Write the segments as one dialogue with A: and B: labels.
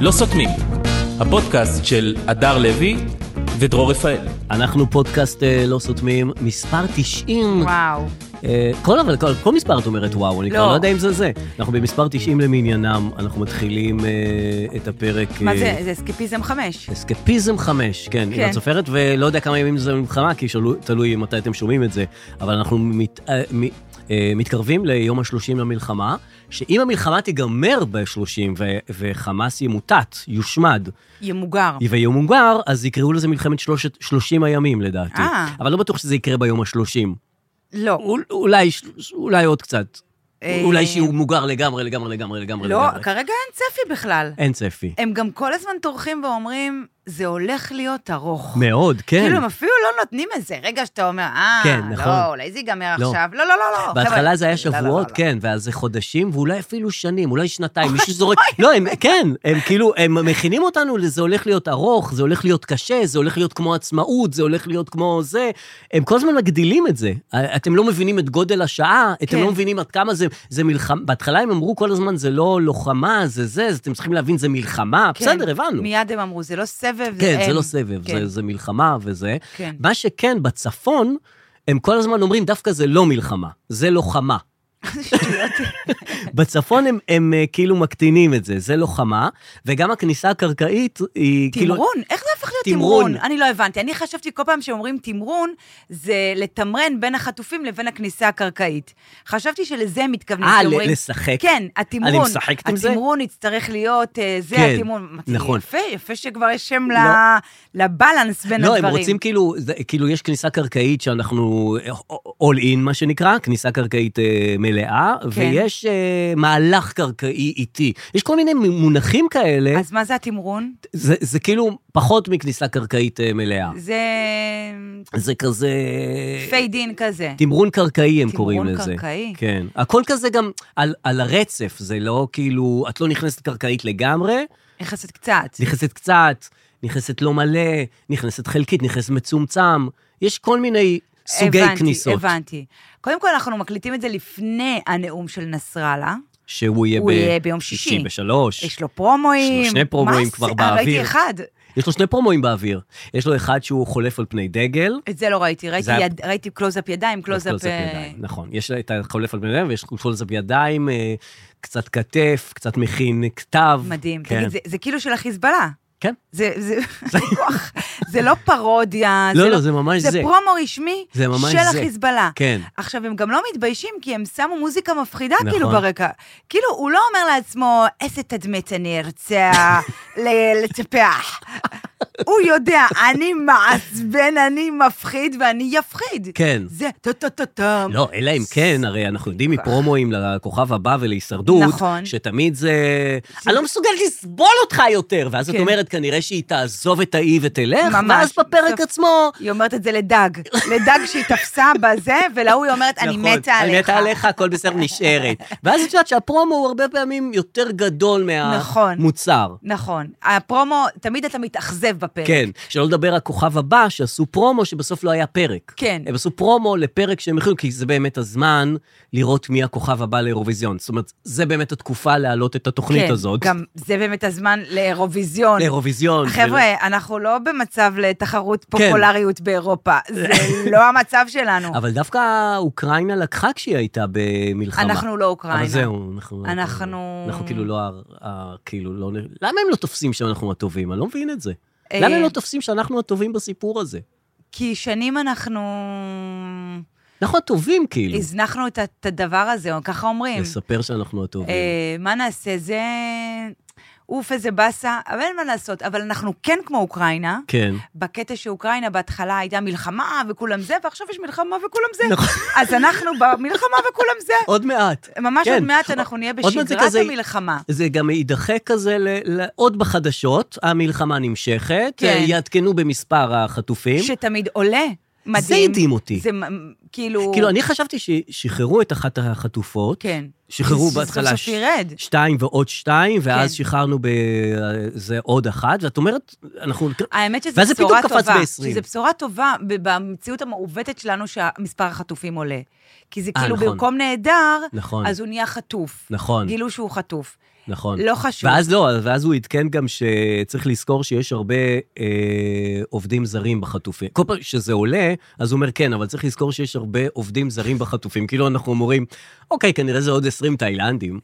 A: לא סותמים, הפודקאסט של הדר לוי ודרור רפאל.
B: אנחנו פודקאסט אה, לא סותמים, מספר 90.
C: וואו.
B: אה, כל אבל, כל, כל מספר את אומרת וואו, אני
C: לא.
B: כבר לא יודע אם זה זה. אנחנו במספר 90 למניינם, אנחנו מתחילים אה, את הפרק...
C: מה
B: אה,
C: זה? זה אסקפיזם חמש.
B: אסקפיזם חמש, כן, אם
C: כן.
B: את סופרת, ולא יודע כמה ימים זה מלחמה, כי שלו, תלוי מתי אתם שומעים את זה, אבל אנחנו מת, אה, מ, אה, מתקרבים ליום השלושים למלחמה, שאם המלחמה תיגמר בשלושים ו- וחמאס ימוטט, יושמד,
C: ימוגר.
B: ויהיה מוגר, אז יקראו לזה מלחמת שלושת, שלושים הימים לדעתי.
C: אה.
B: אבל לא בטוח שזה יקרה ביום השלושים.
C: לא.
B: אול- אולי, ש- אולי עוד קצת.
C: אה,
B: אולי שהוא מוגר לגמרי, לגמרי, לגמרי, לגמרי.
C: לא,
B: לגמרי.
C: כרגע אין צפי בכלל.
B: אין צפי.
C: הם גם כל הזמן טורחים ואומרים, זה הולך להיות ארוך.
B: מאוד, כן.
C: כאילו, הם אפילו לא נותנים איזה רגע שאתה אומר, אה,
B: כן, נכון.
C: לא, אולי זה ייגמר
B: לא.
C: עכשיו. לא, לא, לא, לא.
B: בהתחלה
C: חבר'ה,
B: זה היה
C: לא, לא, לא,
B: שבועות,
C: לא.
B: כן, ואז זה חודשים, ואולי אפילו שנים, אולי שנתיים, מישהו זורק... לא, הם, כן, הם כאילו, הם מכינים אותנו לזה הולך להיות ארוך, זה הולך להיות קשה, זה הולך להיות כמו עצמאות, זה הולך להיות כמו זה. הם כל הזמן מגדילים את זה. אתם לא מבינים את גודל השעה, אתם
C: כן.
B: לא מבינים עד כמה זה, זה מלחמה. בהתחלה הם אמרו כל הזמן, זה לא לוחמה, זה זה, אז אתם צריכים להבין, זה מלחמה.
C: כן.
B: בסדר, הבנו.
C: מיד הם אמרו, זה לא סבב, זה
B: כן, זה
C: אין."
B: לא סבב,
C: כן.
B: זה- זה מלחמה וזה.
C: כן.
B: מה שכן, בצפון, הם כל הזמן אומרים, דווקא זה לא מלחמה, זה לוחמה. בצפון הם, הם אה, כאילו מקטינים את זה, זה לוחמה, וגם הכניסה הקרקעית היא כאילו...
C: תמרון? איך זה הפך להיות
B: תמרון.
C: תמרון? אני לא הבנתי. אני חשבתי כל פעם שאומרים תמרון, זה לתמרן בין החטופים לבין הכניסה הקרקעית. חשבתי שלזה הם מתכוונים.
B: אה,
C: שאומרים-
B: ל- לשחק?
C: כן, התמרון.
B: אני משחקת עם זה?
C: התמרון יצטרך להיות, אה, זה
B: כן,
C: התמרון. אמרתי,
B: נכון.
C: יפה, יפה שכבר יש שם ל- לבלנס בין
B: לא,
C: הדברים.
B: הם רוצים כאילו, זה, כאילו יש כניסה קרקעית שאנחנו אה, all in, מה שנקרא, כניסה קרקעית אה, מלאה, כן. ויש אה, מהלך קרקעי איטי. יש כל מיני מונחים כאלה, אז...
C: אז מה זה התמרון?
B: זה, זה כאילו פחות מכניסה קרקעית אה, מלאה.
C: זה
B: זה כזה...
C: פייד אין כזה.
B: תמרון קרקעי הם
C: תמרון
B: קוראים לזה.
C: קרקעי.
B: כן. הכל כזה גם על, על הרצף, זה לא כאילו, את לא נכנסת קרקעית לגמרי,
C: נכנסת קצת.
B: את נכנסת קצת, נכנסת לא מלא, נכנסת חלקית, נכנסת מצומצם, יש כל מיני סוגי
C: הבנתי,
B: כניסות.
C: הבנתי. קודם כל, אנחנו מקליטים את זה לפני הנאום של נסראללה.
B: שהוא יהיה,
C: הוא
B: ב...
C: יהיה ביום שישי.
B: בשלוש.
C: יש לו פרומואים.
B: יש לו שני פרומואים
C: מה
B: כבר
C: זה?
B: באוויר.
C: ראיתי אחד.
B: יש לו שני פרומואים באוויר. יש לו אחד שהוא חולף על פני דגל.
C: את זה לא ראיתי, ראיתי,
B: זה היה-
C: יד, ראיתי קלוזאפ ידיים, קלוזאפ...
B: קלוזאפ
C: אה,
B: ידיים, נכון. יש את החולף על פני דגל ויש קלוזאפ ידיים, אה, קצת כתף, קצת מכין כתב.
C: מדהים.
B: כן.
C: תגיד, זה, זה כאילו של החיזבאללה.
B: כן.
C: זה, זה, זה כוח, זה לא פרודיה.
B: לא, לא, זה ממש זה.
C: זה פרומו רשמי
B: זה ממש
C: של
B: זה.
C: החיזבאללה.
B: כן.
C: עכשיו, הם גם לא מתביישים, כי הם שמו מוזיקה מפחידה
B: נכון.
C: כאילו ברקע. כאילו, הוא לא אומר לעצמו, איזה תדמית אני ארצה ל- לטפח. הוא יודע, אני מעצבן, אני מפחיד ואני יפחיד.
B: כן.
C: זה טו-טו-טו-טו.
B: לא, אלא אם כן, הרי אנחנו יודעים מפרומואים לכוכב הבא ולהישרדות,
C: נכון.
B: שתמיד זה... אני לא מסוגלת לסבול אותך יותר. ואז את
C: כן.
B: אומרת, כנראה שהיא תעזוב את האי ותלך,
C: ממש.
B: ואז בפרק
C: בסוף-
B: עצמו...
C: היא אומרת את זה לדג, לדג שהיא תפסה בזה, ולהוא היא אומרת, אני
B: נכון,
C: מתה עליך.
B: אני מתה עליך, הכל בסדר, נשארת. ואז את יודעת שהפרומו הוא הרבה פעמים יותר גדול
C: נכון.
B: מהמוצר.
C: נכון. הפרומו, תמיד אתה מתאכזב בפרק.
B: כן, שלא לדבר הכוכב הבא, שעשו פרומו שבסוף לא היה פרק.
C: כן.
B: הם עשו פרומו לפרק שהם הכינו, כי זה באמת הזמן לראות מי הכוכב הבא לאירוויזיון. זאת אומרת, זה באמת התקופה להעלות את התוכנית
C: כן,
B: הזאת.
C: גם זה באמת הזמן לאירוויזיון.
B: לאירוויזיון. כן.
C: חבר'ה, אנחנו לא במצב לתחרות פופולריות באירופה. זה לא המצב שלנו.
B: אבל דווקא אוקראינה לקחה כשהיא הייתה במלחמה.
C: אנחנו לא
B: אבל
C: אוקראינה.
B: זהו, אנחנו...
C: אנחנו-
B: אנחנו כאילו לא... ה- ה- כאילו לא... נ- למה הם לא תופסים שאנחנו הטובים? אני לא מבין את זה.
C: אה,
B: למה הם לא תופסים שאנחנו הטובים בסיפור הזה?
C: כי שנים אנחנו
B: אנחנו הטובים, כאילו.
C: הזנחנו את ה- את הדבר הזה, או ככה אומרים.
B: לספר שאנחנו הטובים.
C: אה, מה נעשה? זה... אוף, איזה באסה, אבל אין מה לעשות. אבל אנחנו כן כמו אוקראינה,
B: כן.
C: בקטע שאוקראינה בהתחלה הייתה מלחמה וכולם זה, ועכשיו יש מלחמה וכולם זה.
B: נכון.
C: אז אנחנו במלחמה וכולם זה.
B: עוד מעט.
C: ממש
B: כן.
C: עוד מעט אנחנו נהיה
B: עוד מעט זה
C: בשגרת
B: כזה-
C: המלחמה.
B: זה גם יידחק כזה ל- ל- עוד בחדשות, המלחמה נמשכת,
C: כן.
B: יעדכנו במספר החטופים.
C: שתמיד עולה. מדהים.
B: זה הדהים אותי.
C: זה מ- כאילו...
B: כאילו, אני חשבתי ששחררו את אחת החטופות,
C: כן.
B: שחררו
C: שסוף
B: בהתחלה
C: סוף ירד.
B: שתיים ועוד שתיים, ואז
C: כן.
B: שחררנו באיזה עוד אחת, ואת אומרת, אנחנו...
C: האמת שזו
B: ואז זה
C: בשורה
B: פתאום
C: טובה.
B: קפץ ב-עשרים.
C: שזו בשורה טובה ב- במציאות המעוותת שלנו שהמספר החטופים עולה. כי זה
B: אה,
C: כאילו
B: נכון.
C: במקום נעדר,
B: נכון.
C: אז הוא נהיה חטוף.
B: נכון,
C: גילו שהוא חטוף.
B: נכון.
C: לא חשוב.
B: ואז לא, ואז הוא עדכן גם שצריך לזכור שיש הרבה אה, עובדים זרים בחטופים. כל פעם שזה עולה, אז הוא אומר כן, אבל צריך לזכור שיש הרבה עובדים זרים בחטופים. כאילו אנחנו אומרים, אוקיי, כנראה זה עוד 20 תאילנדים.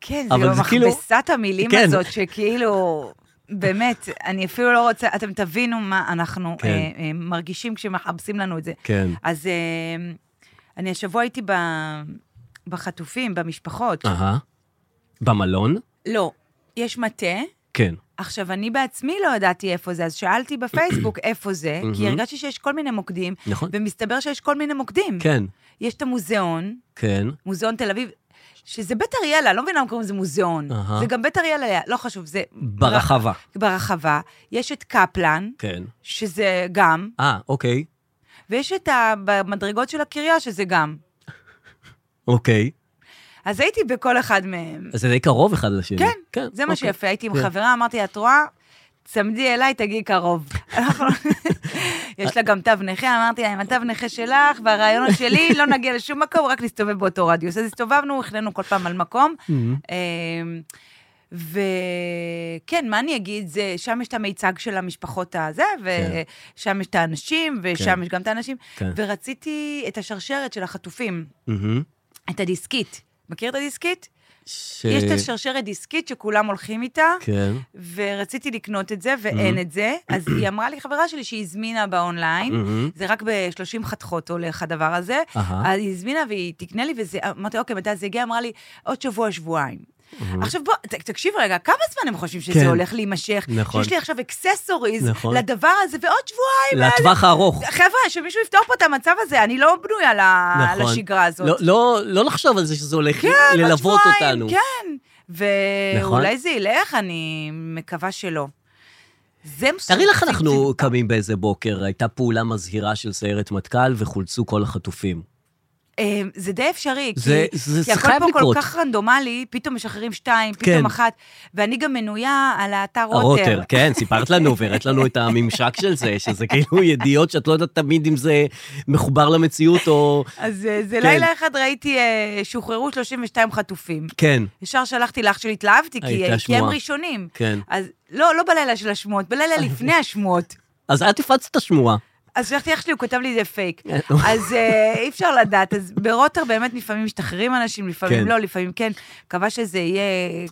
C: כן,
B: אבל
C: זו
B: זה כאילו-
C: מכבסת המילים
B: כן.
C: הזאת, שכאילו, באמת, אני אפילו לא רוצה, אתם תבינו מה אנחנו
B: כן.
C: אה, אה, מרגישים כשמחפשים לנו את זה.
B: כן.
C: אז אה, אני השבוע הייתי ב... בחטופים, במשפחות.
B: אהה. במלון?
C: לא, יש מטה.
B: כן.
C: עכשיו, אני בעצמי לא ידעתי איפה זה, אז שאלתי בפייסבוק איפה זה, כי
B: מהמם.
C: הרגשתי שיש כל מיני מוקדים,
B: נכון.
C: ומסתבר שיש כל מיני מוקדים.
B: כן,
C: יש את המוזיאון,
B: כן.
C: מוזיאון תל אביב, שזה בית אריאלה, אני לא מבינה למה קוראים לזה מוזיאון.
B: אהה.
C: זה גם בית אריאלה, היה, לא חשוב, זה...
B: ברחבה.
C: ברחבה. יש את קפלן,
B: כן.
C: שזה גם,
B: אה, אוקיי,
C: ויש את המדרגות של הקריה, שזה גם.
B: אוקיי.
C: אז הייתי בכל אחד מהם.
B: אז זה די קרוב אחד לשני.
C: כן, זה מה
B: אוקיי.
C: שיפה, הייתי עם
B: כן.
C: חברה, אמרתי לה, את רואה? צמדי אליי, תגיעי קרוב. אנחנו- יש לה גם תו נכה, אמרתי לה, עם התו נכה שלך והרעיונות שלי, לא נגיע לשום מקום, רק נסתובב באותו רדיוס. אז הסתובבנו, החלנו כל פעם על מקום.
B: מהמם.
C: אמ, וכן, מה אני אגיד, זה, שם יש את המיצג של המשפחות הזה, ושם יש את האנשים, ושם
B: כן.
C: יש גם את האנשים.
B: כן.
C: ורציתי את השרשרת של החטופים,
B: מהמם.
C: את הדיסקית. מכיר את הדיסקית?
B: ש-
C: יש את השרשרת דיסקית שכולם הולכים איתה,
B: אה, כן. Mm-hmm.
C: ורציתי לקנות את זה, ואין את זה. אז היא אמרה לי, חברה שלי, שהיא הזמינה באונליין,
B: מהמם.
C: זה רק ב-30 חתכות הולך הדבר הזה.
B: Mm-hmm. אהה.
C: אז היא הזמינה והיא תקנה לי, וזה, אמרתי, אוקיי, מתי זה הגיע? אמרה לי, עוד שבוע, שבועיים. עכשיו בוא, ת- תקשיב רגע, כמה זמן הם חושבים שזה
B: Mm-hmm. כן.
C: הולך להימשך?
B: נכון.
C: שיש לי עכשיו אקססוריז
B: נכון.
C: לדבר הזה, ועוד שבועיים. אה,
B: לטווח הארוך.
C: חבר'ה, שמישהו יפתור פה את המצב הזה, אני לא בנויה ל-
B: נכון.
C: לשגרה הזאת.
B: לא- לא- לא לחשוב על זה שזה הולך
C: כן, עוד
B: ללוות
C: שבועיים,
B: אותנו.
C: כן,
B: נכון.
C: ואולי זה ילך, אני מקווה שלא. זה מה ש...
B: תארי לך, אנחנו קמים באיזה בוקר, הייתה פעולה מזהירה של סיירת מטכ"ל וחולצו כל החטופים.
C: אה, זה די אפשרי, כי-
B: זה- זה-
C: כי
B: זה
C: הכל
B: חייב
C: פה כל
B: לקרות.
C: כך רנדומלי, פתאום משחררים שתיים, פתאום
B: כן.
C: אחת, ואני גם מנויה על האתר רוטר.
B: הרוטר, כן, סיפרת לנו, והראית לנו את הממשק של זה, שזה כאילו ידיעות שאת לא יודעת תמיד אם זה מחובר למציאות או...
C: אז אה, זה
B: כן.
C: לילה אחד ראיתי, אה, שוחררו 32 חטופים.
B: כן,
C: ישר שלחתי לאח שלי, התלהבתי, כי,
B: הייתה
C: כי הם
B: שמועה.
C: ראשונים.
B: כן.
C: אז לא, לא בלילה של השמועות, בלילה לפני השמועות.
B: אז את הפצת את השמועה.
C: אז שלחתי לאח שלי, הוא כתב לי זה פייק.
B: כן.
C: אז אה, אי אפשר לדעת, אז ברוטר באמת לפעמים משתחררים אנשים, לפעמים
B: כן.
C: לא, לפעמים כן. מקווה שזה יהיה...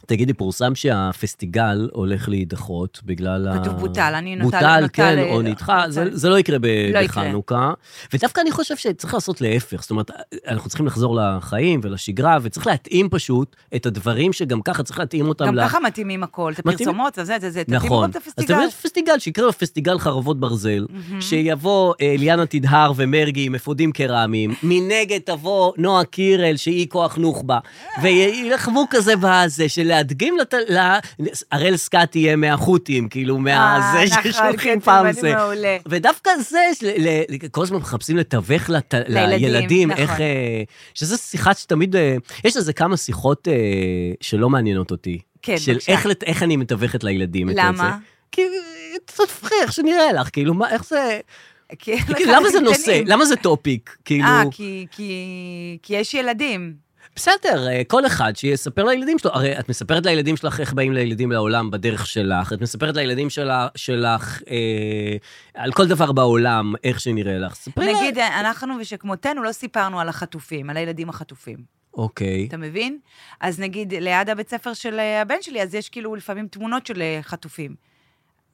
B: תגידי, פורסם שהפסטיגל הולך להידחות בגלל ה...
C: כתוב בוטל, אני נוטה-
B: בוטל,
C: נוטה
B: כן,
C: ל-
B: או נדחה, זה-
C: נוטה.
B: זה לא יקרה ב-
C: לא יקרה.
B: בחנוכה. ודווקא אני חושב שצריך לעשות להפך, זאת אומרת, אנחנו צריכים לחזור לחיים ולשגרה, וצריך להתאים פשוט את הדברים שגם ככה צריך להתאים אותם
C: גם
B: ל...
C: ככה מתאימים הכל, את
B: מתאים-
C: הפרסומות, זה, זה, זה, זה, תתאימו
B: נכון.
C: גם את
B: אז תביאו
C: הפסטיגל.
B: את הפסטיגל, שיקרה פסטיגל חרבות ברזל, שיבוא אה, ליאנה תדהר ומרגי עם אפודים קרמיים, מנגד תבוא נועה קירל, שהיא כוח נוח'בה, וילחמו כזה בזה, שלהדגים לת... ל... הראל סקאט יהיה מהחות'ים, כאילו,
C: אה,
B: מהזה
C: נכון, כן,
B: ששולחים פעם
C: תימני
B: זה.
C: מעולה.
B: ודווקא זה, של- ל- ל- כל הזמן מחפשים לתווך לת...
C: לילדים,
B: לילדים,
C: נכון.
B: איך... אה, שזה שיחה שתמיד... אה, יש לזה כמה שיחות אה, שלא מעניינות אותי.
C: כן,
B: של
C: בבקשה.
B: איך, לת- איך אני מתווכת לילדים את זה.
C: למה?
B: כי תתפחי איך שנראה לך, כאילו, מה, איך זה...
C: כי-
B: כאילו, למה זה
C: קטנים.
B: נושא? למה זה טופיק? כאילו...
C: אה, כי- כי כי יש ילדים.
B: בסדר, אה, כל אחד שיספר לילדים שלו. הרי את מספרת לילדים שלך איך באים לילדים לעולם בדרך שלך, את מספרת לילדים שלה, שלך אה, על כל דבר בעולם, איך שנראה לך. ספרי לה-
C: נגיד, אה, אנחנו ושכמותנו לא סיפרנו על החטופים, על הילדים החטופים.
B: אוקיי,
C: אתה מבין? אז נגיד, ליד הבית ספר של אה, הבן שלי, אז יש כאילו לפעמים תמונות של אה, חטופים.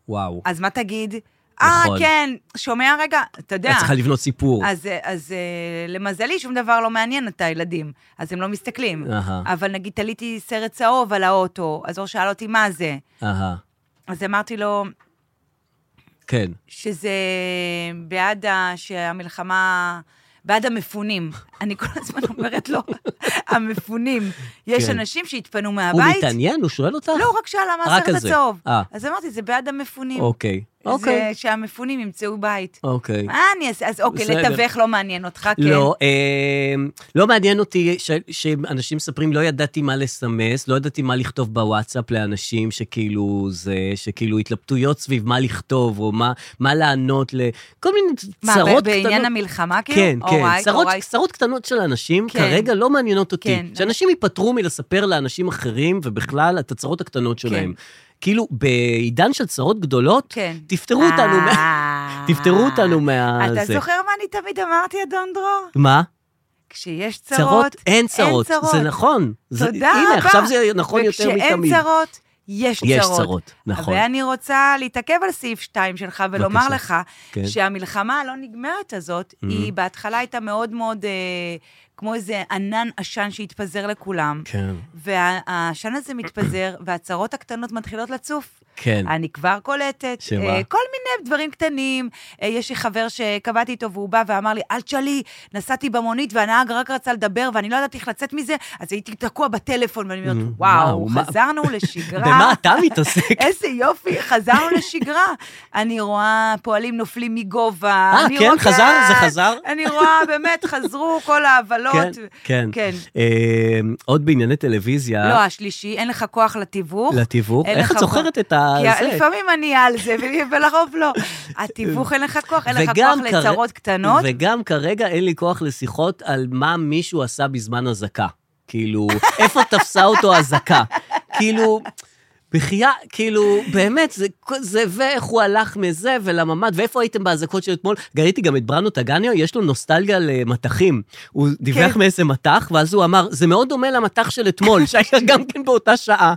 B: וואו.
C: אז מה תגיד? אה,
B: נכון.
C: כן, שומע רגע? אתה יודע.
B: את צריכה לבנות סיפור.
C: אז, אה, אז אה, למזלי, שום דבר לא מעניין את הילדים, אז הם לא מסתכלים.
B: אהה.
C: אבל נגיד, תליתי סרט צהוב על האוטו, אז הוא שאל אותי, מה זה?
B: אהה,
C: אז אמרתי לו,
B: כן.
C: שזה בעד ה... שהמלחמה... בעד המפונים. אני כל הזמן אומרת לו, המפונים. יש
B: כן.
C: אנשים שהתפנו
B: הוא
C: מהבית.
B: מתעניין? הוא שואל אותך?
C: לא, הוא רק שאלה מה
B: רק
C: הסרט
B: על זה.
C: הצהוב.
B: אה.
C: אז אמרתי, זה בעד המפונים.
B: אוקיי, אוקיי.
C: זה שהמפונים ימצאו בית.
B: אוקיי.
C: מה אני אעשה? אז אוקיי,
B: בסדר.
C: לתווך לא מעניין אותך, כן.
B: לא, אה, לא מעניין אותי ש, שאנשים מספרים, לא ידעתי מה לסמס, לא ידעתי מה לכתוב בוואטסאפ לאנשים שכאילו זה, שכאילו התלבטויות סביב מה לכתוב, או מה, מה לענות ל... כל מיני
C: מה,
B: צרות
C: ב-
B: קטנות.
C: בעניין המלחמה, כאילו?
B: כן, כן.
C: אורייט,
B: צרות,
C: אורייט.
B: צרות קטנות של אנשים
C: כן.
B: כרגע לא מעניינות אותי.
C: כן.
B: שאנשים ייפטרו מלספר לאנשים אחרים, ובכלל, את הצרות הקטנות שלהם. כאילו, בעידן של צרות גדולות,
C: כן.
B: תפטרו אותנו, מה-
C: אה.
B: תפטרו אותנו מה...
C: אתה
B: זה.
C: זוכר מה אני תמיד אמרתי, אדון דרור?
B: מה?
C: כשיש צרות,
B: צרות, אין צרות. זה נכון. זה-
C: תודה
B: הנה,
C: רבה.
B: עכשיו זה נכון יותר מתמיד.
C: וכשאין צרות, יש צרות.
B: יש צרות, נכון.
C: ואני רוצה להתעכב על סעיף 2 שלך ולומר
B: בבקשה.
C: לך
B: כן. Mm-hmm.
C: שהמלחמה הלא נגמרת הזאת, היא בהתחלה הייתה מאוד מאוד אה, כמו איזה ענן עשן שהתפזר לכולם.
B: כן,
C: והעשן הזה מתפזר, והצרות הקטנות מתחילות לצוף.
B: כן.
C: אני כבר קולטת.
B: שמה?
C: אה, כל מיני דברים קטנים. אה, יש לי חבר שקבעתי איתו, והוא בא ואמר לי, אל תשאלי, נסעתי במונית והנהג רק רצה לדבר, ואני לא ידעתי איך לצאת מזה, אז הייתי תקוע בטלפון, ואני אומרת,
B: Mm-hmm. וואו,
C: וואו,
B: מה-
C: חזרנו לשגרה.
B: במה אתה מתעסק?
C: איזה יופי, חזרנו לשגרה. אני רואה פועלים נופלים מגובה.
B: אה,
C: אני
B: כן,
C: רואה-
B: חזר? זה חזר?
C: אני רואה, באמת, חזרו כל ההבלות.
B: כן, כן.
C: כן.
B: אה, עוד בענייני טלוויזיה,
C: לא, השלישי, אין לך כוח לתיווך.
B: אה? לתיווך.
C: אין
B: איך
C: לך
B: את זוכרת
C: כוח.
B: את ה...
C: כי
B: זה?
C: לפעמים אני על זה, ו- ולרוב לא. התיווך אין לך כוח, אין לך
B: וגם
C: כוח
B: כר-
C: לצרות קטנות.
B: וגם כרגע אין לי כוח לשיחות על מה מישהו עשה בזמן אזעקה. כאילו, איפה תפסה אותו אזעקה? כאילו... בחייה, כאילו, באמת, זה, זה, ואיך הוא הלך מזה ולממ"ד, ואיפה הייתם באזעקות של אתמול? ראיתי גם את בראנו טגניו, יש לו נוסטלגיה למטחים. הוא דיווח
C: כן.
B: מאיזה מטח, ואז הוא אמר, זה מאוד דומה למטח של אתמול, שהיה גם כן באותה שעה.